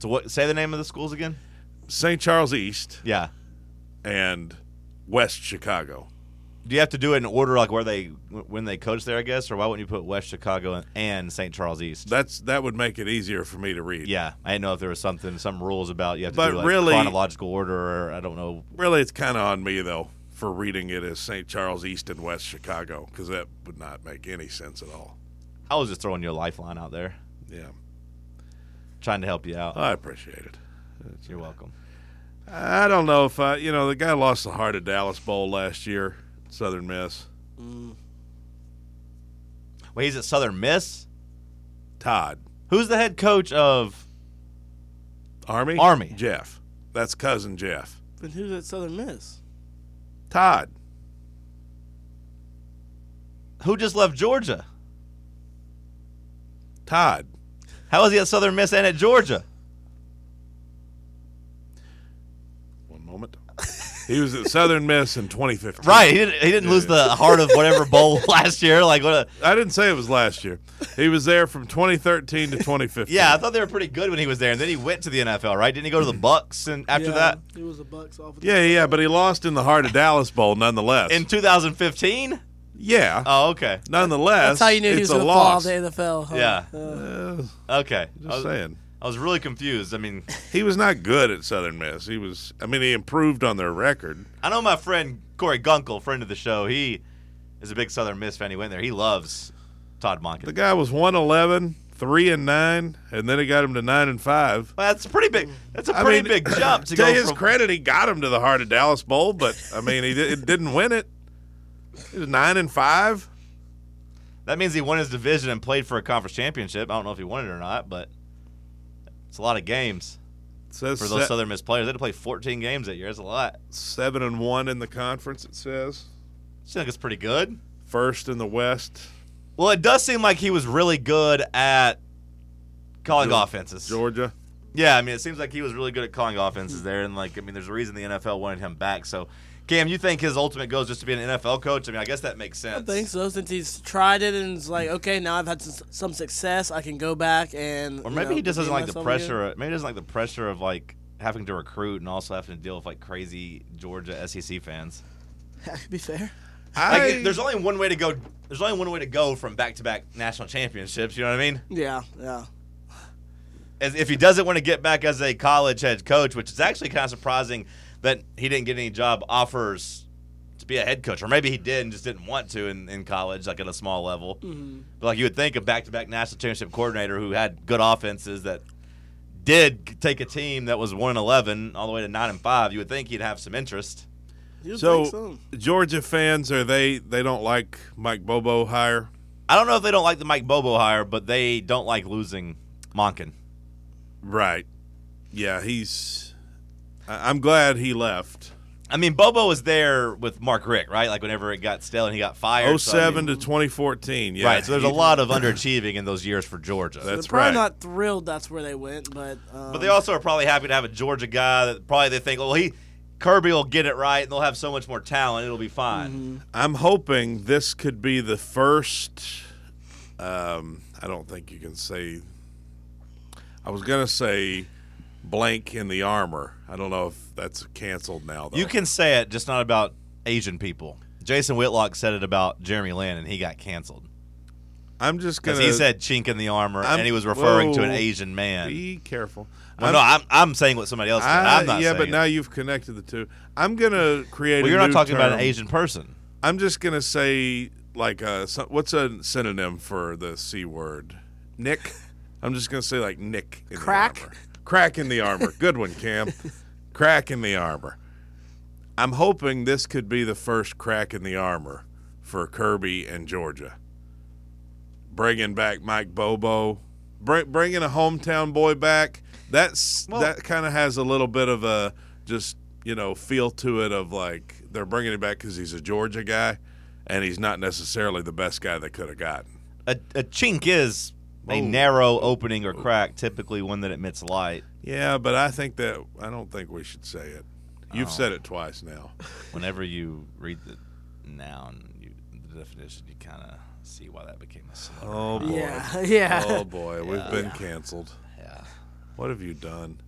Speaker 4: So what? Say the name of the schools again.
Speaker 5: St. Charles East
Speaker 4: Yeah.
Speaker 5: and West Chicago.
Speaker 4: Do you have to do it in order, like where they when they coach there, I guess, or why wouldn't you put West Chicago and, and St. Charles East?
Speaker 5: That's that would make it easier for me to read.
Speaker 4: yeah, I didn't know if there was something, some rules about you have to
Speaker 5: But
Speaker 4: do like
Speaker 5: really-
Speaker 4: chronological order, or I don't know.
Speaker 5: Really, it's kind of on me though for reading it as St. Charles East and West Chicago because that would not make any sense at all.
Speaker 4: I was just throwing you a lifeline out there,
Speaker 5: Yeah,
Speaker 4: trying to help you out.
Speaker 5: I appreciate it.
Speaker 4: You're welcome.
Speaker 5: I don't know if I, you know, the guy lost the heart of Dallas Bowl last year, Southern Miss.
Speaker 4: Wait, he's at Southern Miss.
Speaker 5: Todd
Speaker 4: Who's the head coach of?
Speaker 5: Army
Speaker 4: Army.
Speaker 5: Jeff. That's cousin Jeff.
Speaker 6: But who's at Southern Miss?
Speaker 5: Todd.
Speaker 4: Who just left Georgia?
Speaker 5: Todd.
Speaker 4: How is he at Southern Miss and at Georgia?
Speaker 5: One moment. He was at Southern Miss in 2015.
Speaker 4: Right, he didn't, he didn't lose the heart of whatever bowl last year. Like what? A,
Speaker 5: I didn't say it was last year. He was there from 2013 to 2015.
Speaker 4: yeah, I thought they were pretty good when he was there, and then he went to the NFL. Right? Didn't he go
Speaker 5: Mm-hmm.
Speaker 4: to the Bucks and after that
Speaker 6: it was a Bucks off.
Speaker 5: yeah, yeah, but he lost in the heart of Dallas Bowl nonetheless.
Speaker 4: in 2015?
Speaker 5: yeah,
Speaker 4: Oh, okay,
Speaker 5: nonetheless,
Speaker 6: That's how you knew
Speaker 5: it's
Speaker 6: he was
Speaker 5: a
Speaker 6: going to fall
Speaker 5: loss.
Speaker 6: to the NFL. Huh?
Speaker 4: Yeah.
Speaker 6: Uh,
Speaker 4: okay. I
Speaker 5: Oh, Just
Speaker 4: was,
Speaker 5: saying,
Speaker 4: I was really confused. I mean,
Speaker 5: he was not good at Southern Miss. He was, I mean, he improved on their record.
Speaker 4: I know my friend Corey Gunkel, friend of the show. He is a big Southern Miss fan. He went there. He loves Todd Monken.
Speaker 5: The guy was 111, 3 and 9, and then he got him to 9 and 5.
Speaker 4: Well, that's a pretty big. That's a
Speaker 5: I
Speaker 4: pretty
Speaker 5: mean,
Speaker 4: big jump to
Speaker 5: To
Speaker 4: go
Speaker 5: his
Speaker 4: from.
Speaker 5: credit, he got him to the heart of Dallas Bowl, but I mean, he di- didn't win it. He was 9 and 5.
Speaker 4: that means he won his division and played for a conference championship. I don't know if he won it or not, but it's a lot of games
Speaker 5: Says
Speaker 4: for those
Speaker 5: se-
Speaker 4: Southern Miss players. They had to play 14 games that year. That's a lot.
Speaker 5: seven and one in the conference. It says
Speaker 4: Seems like it's pretty good.
Speaker 5: first in the West.
Speaker 4: Well, it does seem like he was really good at calling
Speaker 5: Geor-
Speaker 4: offenses.
Speaker 5: Georgia.
Speaker 4: Yeah, I mean, it seems like he was really good at calling offenses there, and like, I mean, there's a reason the NFL wanted him back. So, Cam, you think his ultimate goal is just to be an NFL coach? I mean, I guess that makes sense.
Speaker 6: I think so. Since he's tried it and it's like, okay, now I've had s- some success, I can go back and.
Speaker 4: Or
Speaker 6: you
Speaker 4: maybe
Speaker 6: know,
Speaker 4: he just doesn't
Speaker 6: redeem
Speaker 4: like the
Speaker 6: myself again.
Speaker 4: pressure. Maybe he doesn't like the pressure of like having to recruit and also having to deal with like crazy Georgia SEC fans.
Speaker 6: That could be fair.
Speaker 5: I,
Speaker 4: Like, there's only one way to go. There's only one way to go from back-to-back national championships. You know what I mean?
Speaker 6: Yeah, yeah.
Speaker 4: As, if he doesn't want to get back as a college head coach, which is actually kind of surprising that he didn't get any job offers to be a head coach, or maybe he did and just didn't want to in, in college, like at a small level. But like you would think, a back-to-back national championship coordinator who had good offenses that did take a team that was one and eleven all the way to nine and five, you would think he'd have some interest.
Speaker 6: You'd
Speaker 5: so,
Speaker 6: think so.
Speaker 5: Georgia fans are they? They don't like Mike Bobo hire.
Speaker 4: I don't know if they don't like the Mike Bobo hire, but they don't like losing Monken.
Speaker 5: Right. Yeah, he's. I, I'm glad he left.
Speaker 4: I mean, Bobo was there with Mark Rick, right? Like whenever it got stale and he got fired. so I
Speaker 5: 07
Speaker 4: mean-
Speaker 5: to 2014. Yeah.
Speaker 4: right. So there's a
Speaker 5: he-
Speaker 4: lot of underachieving in those years for Georgia.
Speaker 5: That's-
Speaker 6: They're probably
Speaker 5: right.
Speaker 6: not thrilled that's where they went, but. Um,
Speaker 4: but they also are probably happy to have a Georgia guy that probably they think, well, he Kirby will get it right and they'll have so much more talent, it'll be fine.
Speaker 5: I'm hoping this could be the first. Um, I don't think you can say. I was gonna say, blank in the armor. I don't know if that's canceled now. Though
Speaker 4: You can say it, just not about Asian people. Jason Whitlock said it about Jeremy Lin, and he got canceled
Speaker 5: I'm just
Speaker 4: because
Speaker 5: gonna.
Speaker 4: he said "chink in the armor,"
Speaker 5: I'm-
Speaker 4: and he was referring to an
Speaker 5: whoa.
Speaker 4: Asian man.
Speaker 5: Be careful.
Speaker 4: Well, no, I'm I'm saying what somebody else. Said.
Speaker 5: I-
Speaker 4: I'm not.
Speaker 5: yeah,
Speaker 4: saying
Speaker 5: but
Speaker 4: it.
Speaker 5: now you've connected the two. I'm gonna create.
Speaker 4: well,
Speaker 5: a
Speaker 4: you're not
Speaker 5: new
Speaker 4: talking about an
Speaker 5: term.
Speaker 4: Asian person.
Speaker 5: I'm just gonna say like uh, so- what's a synonym for the c word? Nick. I'm just gonna say like Nick. In
Speaker 6: Crack?
Speaker 5: The armor. Crack in the armor. Good one, Cam. crack in the armor. I'm hoping this could be the first crack in the armor for Kirby and Georgia. Bringing back Mike Bobo, bring, bringing a hometown boy back. That's
Speaker 4: Well-
Speaker 5: that kind of has a little bit of a just you know feel to it of like they're bringing him back because he's a Georgia guy, and he's not necessarily the best guy they could have gotten.
Speaker 4: A, a chink is a
Speaker 5: Oh.
Speaker 4: narrow opening or crack, typically one that admits light.
Speaker 5: Yeah, but I think that I don't think we should say it.
Speaker 6: Oh.
Speaker 5: You've said it twice now.
Speaker 4: Whenever you read the noun, you, the definition, you kind of see why that became a slur.
Speaker 5: Oh boy.
Speaker 6: Yeah, yeah.
Speaker 5: Oh boy, we've been canceled.
Speaker 4: Yeah.
Speaker 5: What have you done?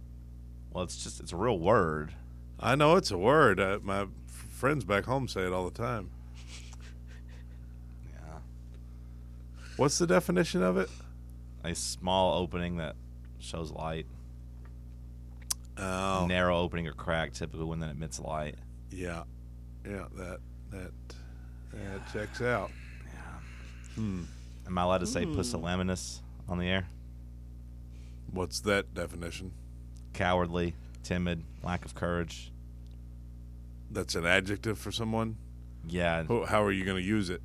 Speaker 4: Well, it's just it's a real word.
Speaker 5: I know it's a word. Uh my f- friends back home say it all the time.
Speaker 4: Yeah.
Speaker 5: What's the definition of it?
Speaker 4: A small opening that shows light.
Speaker 5: Oh,
Speaker 4: Narrow opening or crack, typically one that emits light.
Speaker 5: yeah, yeah. That that that checks out.
Speaker 4: Am I allowed to
Speaker 5: Hmm.
Speaker 4: say pusillanimous on the air?
Speaker 5: What's that definition?
Speaker 4: Cowardly, timid, lack of courage.
Speaker 5: That's an adjective for someone.
Speaker 4: Yeah.
Speaker 5: Who- How are you going to use it?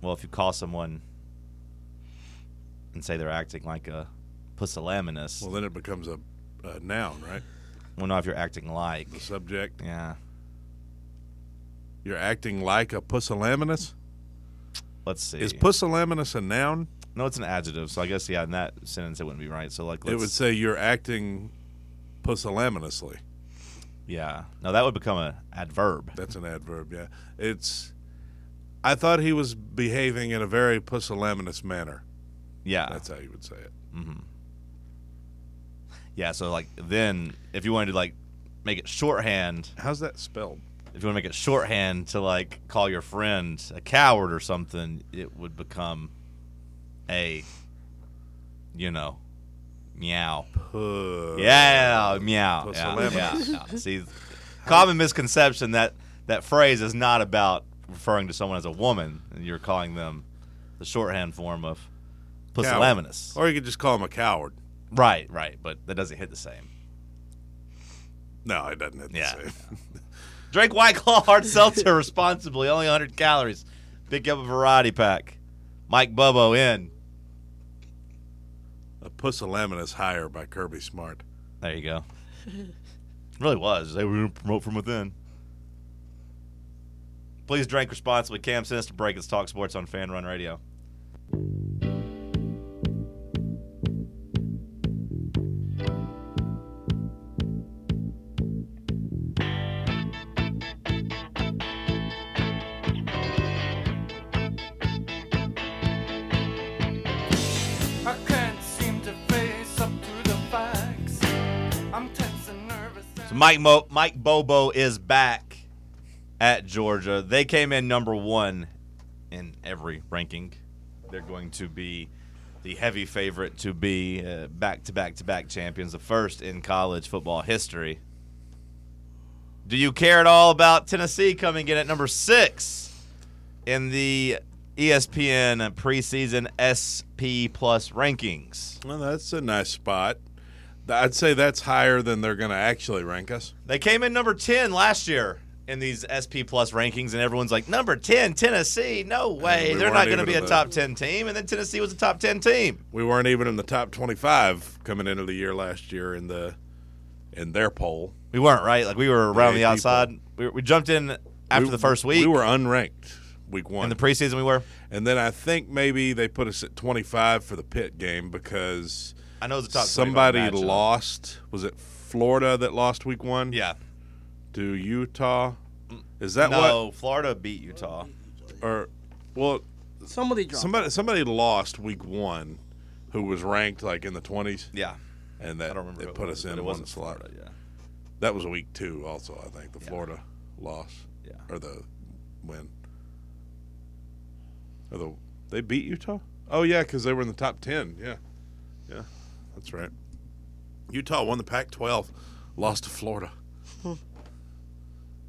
Speaker 4: Well, if you call someone and say they're acting like a pusillanimous,
Speaker 5: Well,
Speaker 4: well,
Speaker 5: then it becomes a, a noun, right?
Speaker 4: no, if you're acting like,
Speaker 5: The subject.
Speaker 4: yeah,
Speaker 5: You're acting like a pusillanimous.
Speaker 4: let's see.
Speaker 5: Is pusillanimous a noun?
Speaker 4: no, it's an adjective, so I guess yeah, in that sentence it wouldn't be right. So like, let's,
Speaker 5: It would say you're acting pusillanimously.
Speaker 4: yeah, no, that would become an adverb.
Speaker 5: That's an adverb, yeah. It's. I thought he was behaving in a very pusillanimous manner.
Speaker 4: Yeah,
Speaker 5: That's how you would say it.
Speaker 4: yeah. So like, then if you wanted to like make it shorthand,
Speaker 5: How's that spelled?
Speaker 4: if you want to make it shorthand to like call your friend a coward or something, it would become a, you know, meow.
Speaker 5: Puh.
Speaker 4: Yeah, meow. Yeah, yeah,
Speaker 5: Pusillanimous.
Speaker 4: yeah. See, common misconception that that phrase is not about referring to someone as a woman, and you're calling them the shorthand form of pusillanimous.
Speaker 5: Or you could just call him a coward.
Speaker 4: Right, right, but that doesn't hit the same.
Speaker 5: No, it doesn't. hit the
Speaker 4: Yeah.
Speaker 5: same.
Speaker 4: Drink White Claw hard seltzer responsibly. Only 100 calories. Pick up a variety pack. Mike Bubbo in.
Speaker 5: A pusillanimous hire by Kirby Smart.
Speaker 4: There you go. really was. They were going to promote from within. Please drink responsibly. Cam sent us to break. It's Talk Sports on Fan Run Radio.
Speaker 8: I can't seem to face up to the facts. I'm tense and nervous.
Speaker 4: So Mike Mo- Mike Bobo is back at Georgia. They came in number one in every ranking. They're going to be the heavy favorite to be uh, back to back to back champions, the first in college football history. Do you care at all about Tennessee coming in at number six in the E ESPN preseason SP plus rankings?
Speaker 5: Well, that's a nice spot. Th- I'd say that's higher than they're going to actually rank us.
Speaker 4: They came in number 10 last year in these SP Plus rankings, and everyone's like, number 10, Tennessee. No way.
Speaker 5: we
Speaker 4: They're not
Speaker 5: weren't
Speaker 4: going to be
Speaker 5: even
Speaker 4: a
Speaker 5: in
Speaker 4: top 10 team. And then Tennessee was a top 10 team.
Speaker 5: We weren't even in the top 25 coming into the year last year in the in their poll.
Speaker 4: We weren't, right? Like, we were around
Speaker 5: Hey,
Speaker 4: the outside. We, we jumped in after
Speaker 5: We-
Speaker 4: the first week.
Speaker 5: we were unranked week one.
Speaker 4: in the preseason, we were.
Speaker 5: And then I think maybe they put us at 25 for the pit game because
Speaker 4: I know it was a top 25
Speaker 5: somebody
Speaker 4: matchup.
Speaker 5: lost. Was it Florida that lost week one?
Speaker 4: Yeah. Mm.
Speaker 5: To Utah? Is that
Speaker 4: No, Florida beat Utah.
Speaker 5: what? Or, well,
Speaker 6: Somebody dropped.
Speaker 5: somebody somebody lost week one who was ranked like in the 20s.
Speaker 4: Yeah.
Speaker 5: And that
Speaker 4: I don't remember.
Speaker 5: it
Speaker 4: who
Speaker 5: put
Speaker 4: was,
Speaker 5: us in
Speaker 4: but it
Speaker 5: one
Speaker 4: wasn't
Speaker 5: slot.
Speaker 4: Florida, yeah.
Speaker 5: That was week two also, I think, the Florida loss.
Speaker 4: Yeah.
Speaker 5: Or the win. Or the, they beat Utah? Oh, yeah, because they were in the top 10. Yeah. Yeah. That's right. Utah won the Pac 12, lost to Florida.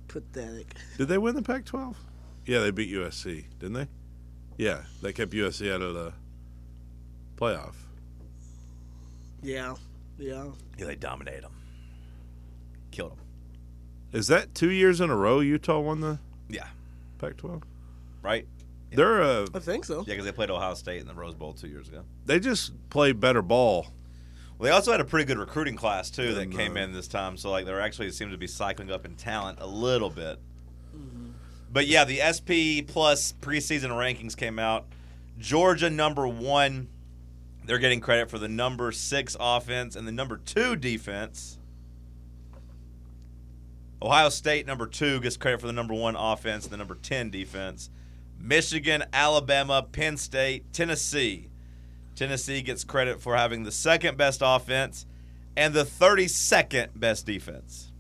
Speaker 6: Pathetic.
Speaker 5: Did they win the Pac 12? Yeah, they beat USC, didn't they? Yeah, they kept USC out of the playoff.
Speaker 6: Yeah. Yeah.
Speaker 4: Yeah, they dominated them. Killed them.
Speaker 5: Is that two years in a row Utah won the
Speaker 4: Yeah.
Speaker 5: Pac 12?
Speaker 4: Right?
Speaker 5: They're a,
Speaker 6: I think so.
Speaker 4: Yeah, because they played Ohio State in the Rose Bowl two years ago.
Speaker 5: they just play better ball.
Speaker 4: Well, they also had a pretty good recruiting class too that
Speaker 5: And,
Speaker 4: came
Speaker 5: uh,
Speaker 4: in this time. So like they were actually seemed to be cycling up in talent a little bit. Mm-hmm. But yeah, the SP plus preseason rankings came out. Georgia number one. They're getting credit for the number six offense and the number two defense. Ohio State number two gets credit for the number one offense and the number ten defense. Michigan, Alabama, Penn State, Tennessee. Tennessee gets credit for having the second best offense and the 32nd best defense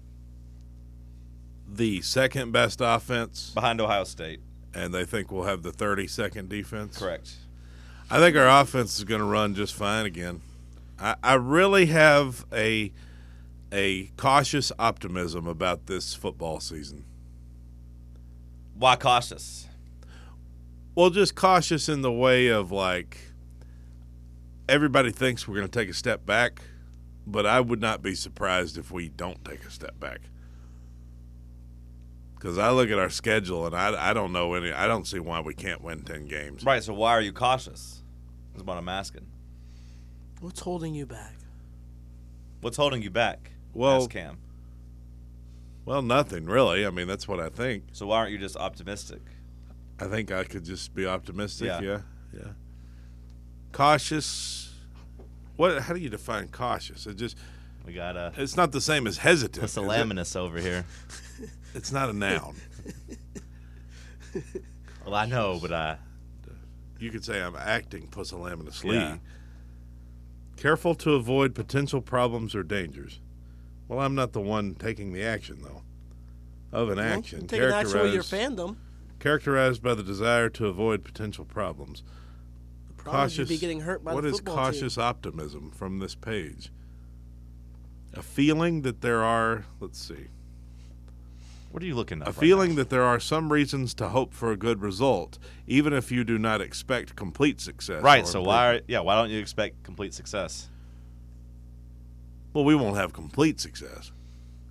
Speaker 5: The second best offense,
Speaker 4: behind Ohio State.
Speaker 5: and they think we'll have the 32nd defense.
Speaker 4: Correct.
Speaker 5: I think our offense is going to run just fine again. I, I really have a a cautious optimism about this football season.
Speaker 4: Why cautious?
Speaker 5: Well, just cautious in the way of like everybody thinks we're going to take a step back, but I would not be surprised if we don't take a step back. Because I look at our schedule and I, I don't know any, I don't see why we can't win 10 games.
Speaker 4: Right. So why are you cautious? Is what I'm asking.
Speaker 6: What's holding you back?
Speaker 4: What's holding you back?
Speaker 5: Well-
Speaker 4: Asked Cam.
Speaker 5: Well, nothing really. I mean, that's what I think.
Speaker 4: So why aren't you just optimistic?
Speaker 5: I think I could just be optimistic.
Speaker 4: Yeah.
Speaker 5: Yeah. Yeah. Cautious. What? How do you define cautious? It just,
Speaker 4: We got a
Speaker 5: it's not the same as hesitant.
Speaker 4: Miss
Speaker 5: is it?
Speaker 4: Laminus over here.
Speaker 5: It's not a noun.
Speaker 4: Well, I know, but uh, I
Speaker 5: You could say I'm acting pusillanimous
Speaker 4: Yeah.
Speaker 5: Careful to avoid potential problems or dangers. Well, I'm not the one taking the action, though. Of an
Speaker 6: Well,
Speaker 5: action,
Speaker 6: Take an action with your
Speaker 5: characterized-
Speaker 6: fandom.
Speaker 5: characterized by the desire to avoid potential problems.
Speaker 6: Probably you'd be getting hurt by
Speaker 5: what
Speaker 6: the
Speaker 5: is
Speaker 6: football
Speaker 5: cautious optimism from this page? A feeling that there are, let's see,
Speaker 4: What are you looking up?
Speaker 5: a
Speaker 4: right
Speaker 5: feeling
Speaker 4: now?
Speaker 5: that there are some reasons to hope for a good result, even if you do not expect complete success.
Speaker 4: Right.
Speaker 5: or
Speaker 4: So why?
Speaker 5: improvement.
Speaker 4: Are, yeah. Why don't you expect complete success?
Speaker 5: Well, we won't have complete success.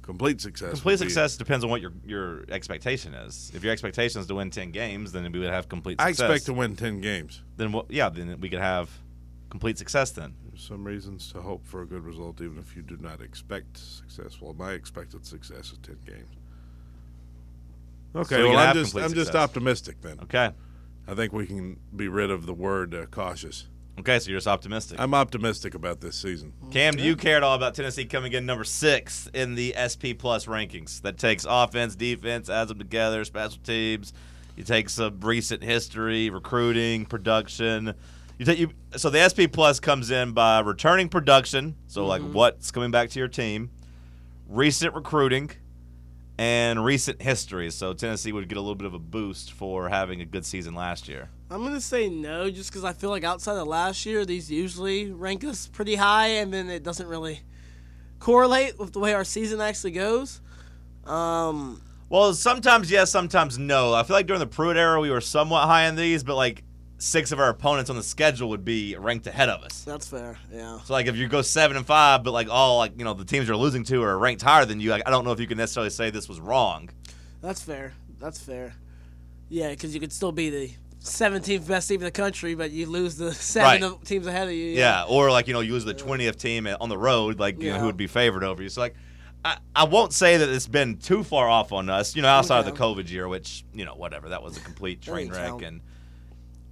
Speaker 5: Complete success.
Speaker 4: Complete
Speaker 5: would be-
Speaker 4: success depends on what your your expectation is. If your expectation is to win ten games, then we would have complete
Speaker 5: I
Speaker 4: success.
Speaker 5: expect to win ten games.
Speaker 4: Then what? Yeah. Then we could have complete success. Then
Speaker 5: Some reasons to hope for a good result, even if you do not expect success. Well, my expected success is ten games. Okay,
Speaker 4: we can
Speaker 5: well, I'm
Speaker 4: have
Speaker 5: just
Speaker 4: complete
Speaker 5: I'm just
Speaker 4: success.
Speaker 5: optimistic then.
Speaker 4: okay.
Speaker 5: I think we can be rid of the word uh, cautious.
Speaker 4: Okay. So you're just optimistic.
Speaker 5: I'm optimistic about this season.
Speaker 4: Cam, do you care at all about Tennessee coming in number six in the SP Plus rankings? That takes offense, defense, adds them together, special teams. You take some recent history, recruiting, production. You take you. So the SP Plus comes in by returning production. So like what's coming back to your team, recent recruiting, and recent history. So Tennessee would get a little bit of a boost for having a good season last year.
Speaker 6: I'm gonna say no, just because I feel like outside of last year, these usually rank us pretty high, and then it doesn't really correlate with the way our season actually goes. Um,
Speaker 4: Well, sometimes yes, sometimes no. I feel like during the Pruitt era, we were somewhat high in these, but like six of our opponents on the schedule would be ranked ahead of us.
Speaker 6: that's fair. Yeah.
Speaker 4: So like if you go seven and five, but like all like you know the teams you're losing to are ranked higher than you, like I don't know if you can necessarily say this was wrong.
Speaker 6: That's fair. That's fair. Yeah, because you could still be the 17th best team in the country, but you lose the seven
Speaker 4: Right.
Speaker 6: of- teams ahead of you.
Speaker 4: Yeah, or like you know you lose the twentieth team at- on the road, like you know
Speaker 6: Yeah.
Speaker 4: who would be favored over you. So like. I, I won't say that it's been too far off on us, you know, outside of
Speaker 6: Okay.
Speaker 4: the COVID year, which, you know, whatever, that was a complete
Speaker 6: That
Speaker 4: train
Speaker 6: didn't
Speaker 4: wreck.
Speaker 6: count.
Speaker 4: And,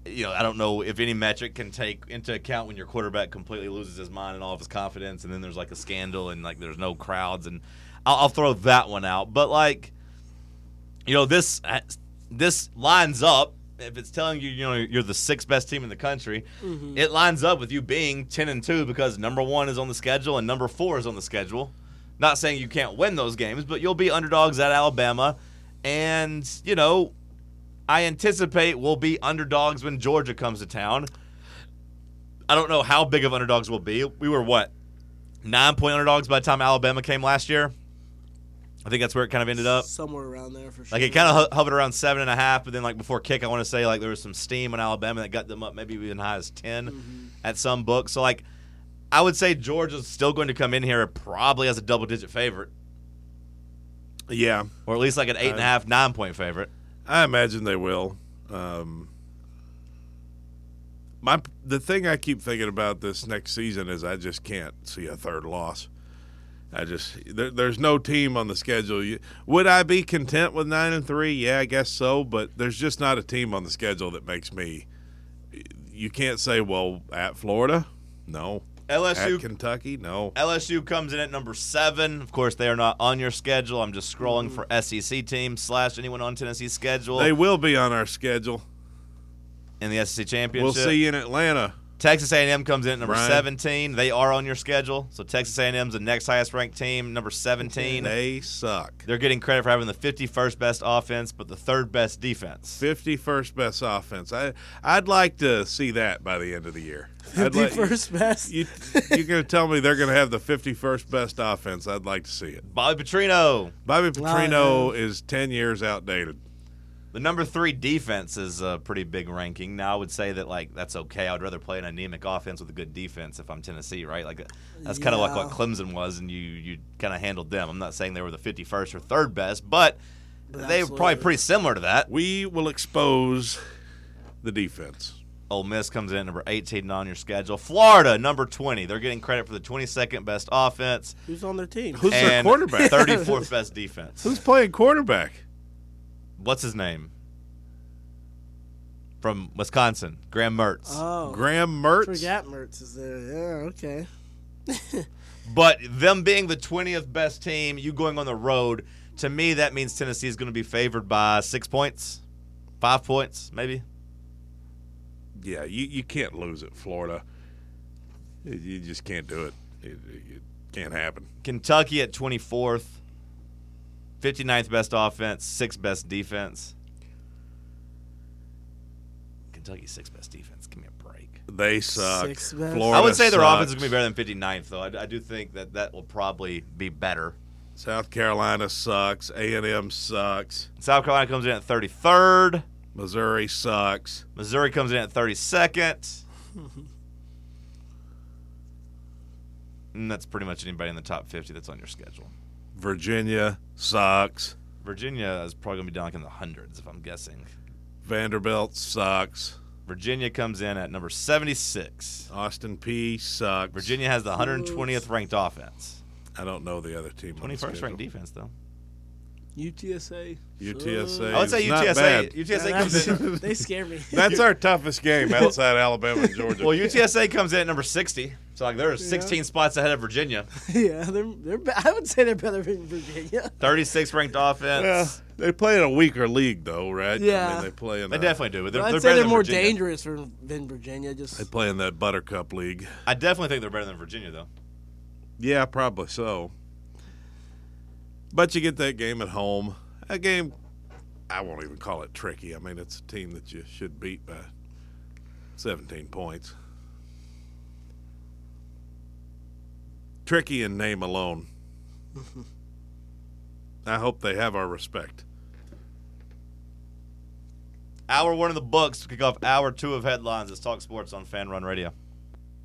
Speaker 4: you know, I don't know if any metric can take into account when your quarterback completely loses his mind and all of his confidence, and then there's like a scandal and like there's no crowds, and I'll, I'll throw that one out. But like, you know, this uh, this lines up. If it's telling you, you know, you're the sixth best team in the country, it lines up with you being ten and two because number one is on the schedule and number four is on the schedule. Not saying you can't win those games, but you'll be underdogs at Alabama, and you know I anticipate we'll be underdogs when Georgia comes to town. I don't know how big of underdogs we'll be. We were what nine point underdogs by the time Alabama came last year. I think that's where it kind of ended up.
Speaker 6: Somewhere around there for sure.
Speaker 4: Like it kind of hovered around seven and a half, but then like before kick, I want to say like there was some steam in Alabama that got them up maybe even high as 10 at some books. So like I would say Georgia's still going to come in here probably as a double digit favorite,
Speaker 5: Yeah,
Speaker 4: or at least like an eight and a half, nine point favorite.
Speaker 5: I imagine they will. Um, my the thing I keep thinking about this next season is I just can't see a third loss. I just there, there's no team on the schedule. You, would I be content with nine and three? Yeah, I guess so. But there's just not a team on the schedule that makes me. You can't say, well, at Florida, no.
Speaker 4: LSU
Speaker 5: At Kentucky, no.
Speaker 4: LSU comes in at number seven. Of course, they are not on your schedule. I'm just scrolling for SEC teams slash anyone on Tennessee's schedule
Speaker 5: They will be on our schedule.
Speaker 4: in the SEC championship.
Speaker 5: We'll see you in Atlanta.
Speaker 4: Texas A&M comes in at number
Speaker 5: Brian.
Speaker 4: 17. They are on your schedule, so Texas A&M's the next highest ranked team, number 17.
Speaker 5: They suck.
Speaker 4: They're getting credit for having the 51st best offense, but the third best defense.
Speaker 5: 51st best offense. I I'd like to see that by the end of the year. I'd
Speaker 6: The
Speaker 5: like-
Speaker 6: first best.
Speaker 5: You, you're going to tell me they're going to have the 51st best offense. I'd like to see it.
Speaker 4: Bobby Petrino,
Speaker 5: Bobby Petrino is 10 years outdated.
Speaker 4: the number three defense is a pretty big ranking. Now I would say that like that's okay. I'd rather play an anemic offense with a good defense if I'm Tennessee, right? Like that's kind of like what
Speaker 6: Yeah.
Speaker 4: Clemson was, and you you kind of handled them. I'm not saying they were the 51st or third best, but they were probably
Speaker 6: absolutely.
Speaker 4: pretty similar to that.
Speaker 5: We will expose the defense.
Speaker 4: Ole Miss comes in at number 18 and on your schedule. Florida, number 20. They're getting credit for the 22nd best offense.
Speaker 6: Who's on their team?
Speaker 5: Who's their
Speaker 4: and
Speaker 5: quarterback?
Speaker 4: 34th best defense.
Speaker 5: Who's playing quarterback?
Speaker 4: What's his name? From Wisconsin, Graham Mertz.
Speaker 6: Oh,
Speaker 5: Graham Mertz.
Speaker 6: forgot Mertz is there. Yeah, okay.
Speaker 4: but them being the 20th best team, you going on the road, to me, that means Tennessee is going to be favored by six points, five points, maybe.
Speaker 5: Yeah, you, you can't lose at Florida. You- You just can't do it. It, it- it can't happen.
Speaker 4: Kentucky at 24th, 59th best offense, 6th best defense. Kentucky 6th best defense. Give me a break.
Speaker 5: They suck.
Speaker 6: Six best.
Speaker 5: Florida
Speaker 4: I would say their
Speaker 5: sucks.
Speaker 4: offense is going to be better than 59th, though. I, I do think that that will probably be better.
Speaker 5: South Carolina sucks. A and M sucks.
Speaker 4: South Carolina comes in at 33rd.
Speaker 5: Missouri sucks.
Speaker 4: Missouri comes in at 32nd. and that's pretty much anybody in the top 50 that's on your schedule.
Speaker 5: Virginia sucks.
Speaker 4: Virginia is probably going to be down like in the hundreds, if I'm guessing.
Speaker 5: Vanderbilt sucks.
Speaker 4: Virginia comes in at number 76.
Speaker 5: Austin P sucks.
Speaker 4: Virginia has the 120th ranked offense.
Speaker 5: I don't know the other team. on the
Speaker 4: 21st ranked
Speaker 5: schedule.
Speaker 4: defense, though.
Speaker 6: UTSA.
Speaker 5: UTSA.
Speaker 4: I would say
Speaker 5: is not
Speaker 4: UTSA.
Speaker 5: bad.
Speaker 4: UTSA
Speaker 6: Yeah,
Speaker 4: comes in.
Speaker 6: that's- they scare me.
Speaker 5: That's our toughest game outside Alabama and Georgia.
Speaker 4: Well, UTSA comes in at number 60. So, like, there are 16 spots ahead of Virginia.
Speaker 6: yeah, they're they're. be- I would say they're better than Virginia.
Speaker 4: 36th ranked offense.
Speaker 5: Yeah, they play in a weaker league though, right? I
Speaker 6: Yeah.
Speaker 5: mean, they play in.
Speaker 4: They
Speaker 5: a-
Speaker 4: definitely do, but they're,
Speaker 6: I'd
Speaker 4: they're
Speaker 6: say
Speaker 4: better
Speaker 6: they're
Speaker 4: than
Speaker 6: more
Speaker 4: Virginia.
Speaker 6: dangerous for, than Virginia. Just
Speaker 5: They play in that Buttercup League.
Speaker 4: I definitely think they're better than Virginia, though.
Speaker 5: Yeah, probably so. But you get that game at home. A game, I won't even call it tricky. I mean, it's a team that you should beat by 17 points. Tricky in name alone. I hope they have our respect.
Speaker 4: Hour one of the books to kick off hour two of headlines. Let's talk sports on Fan Run Radio.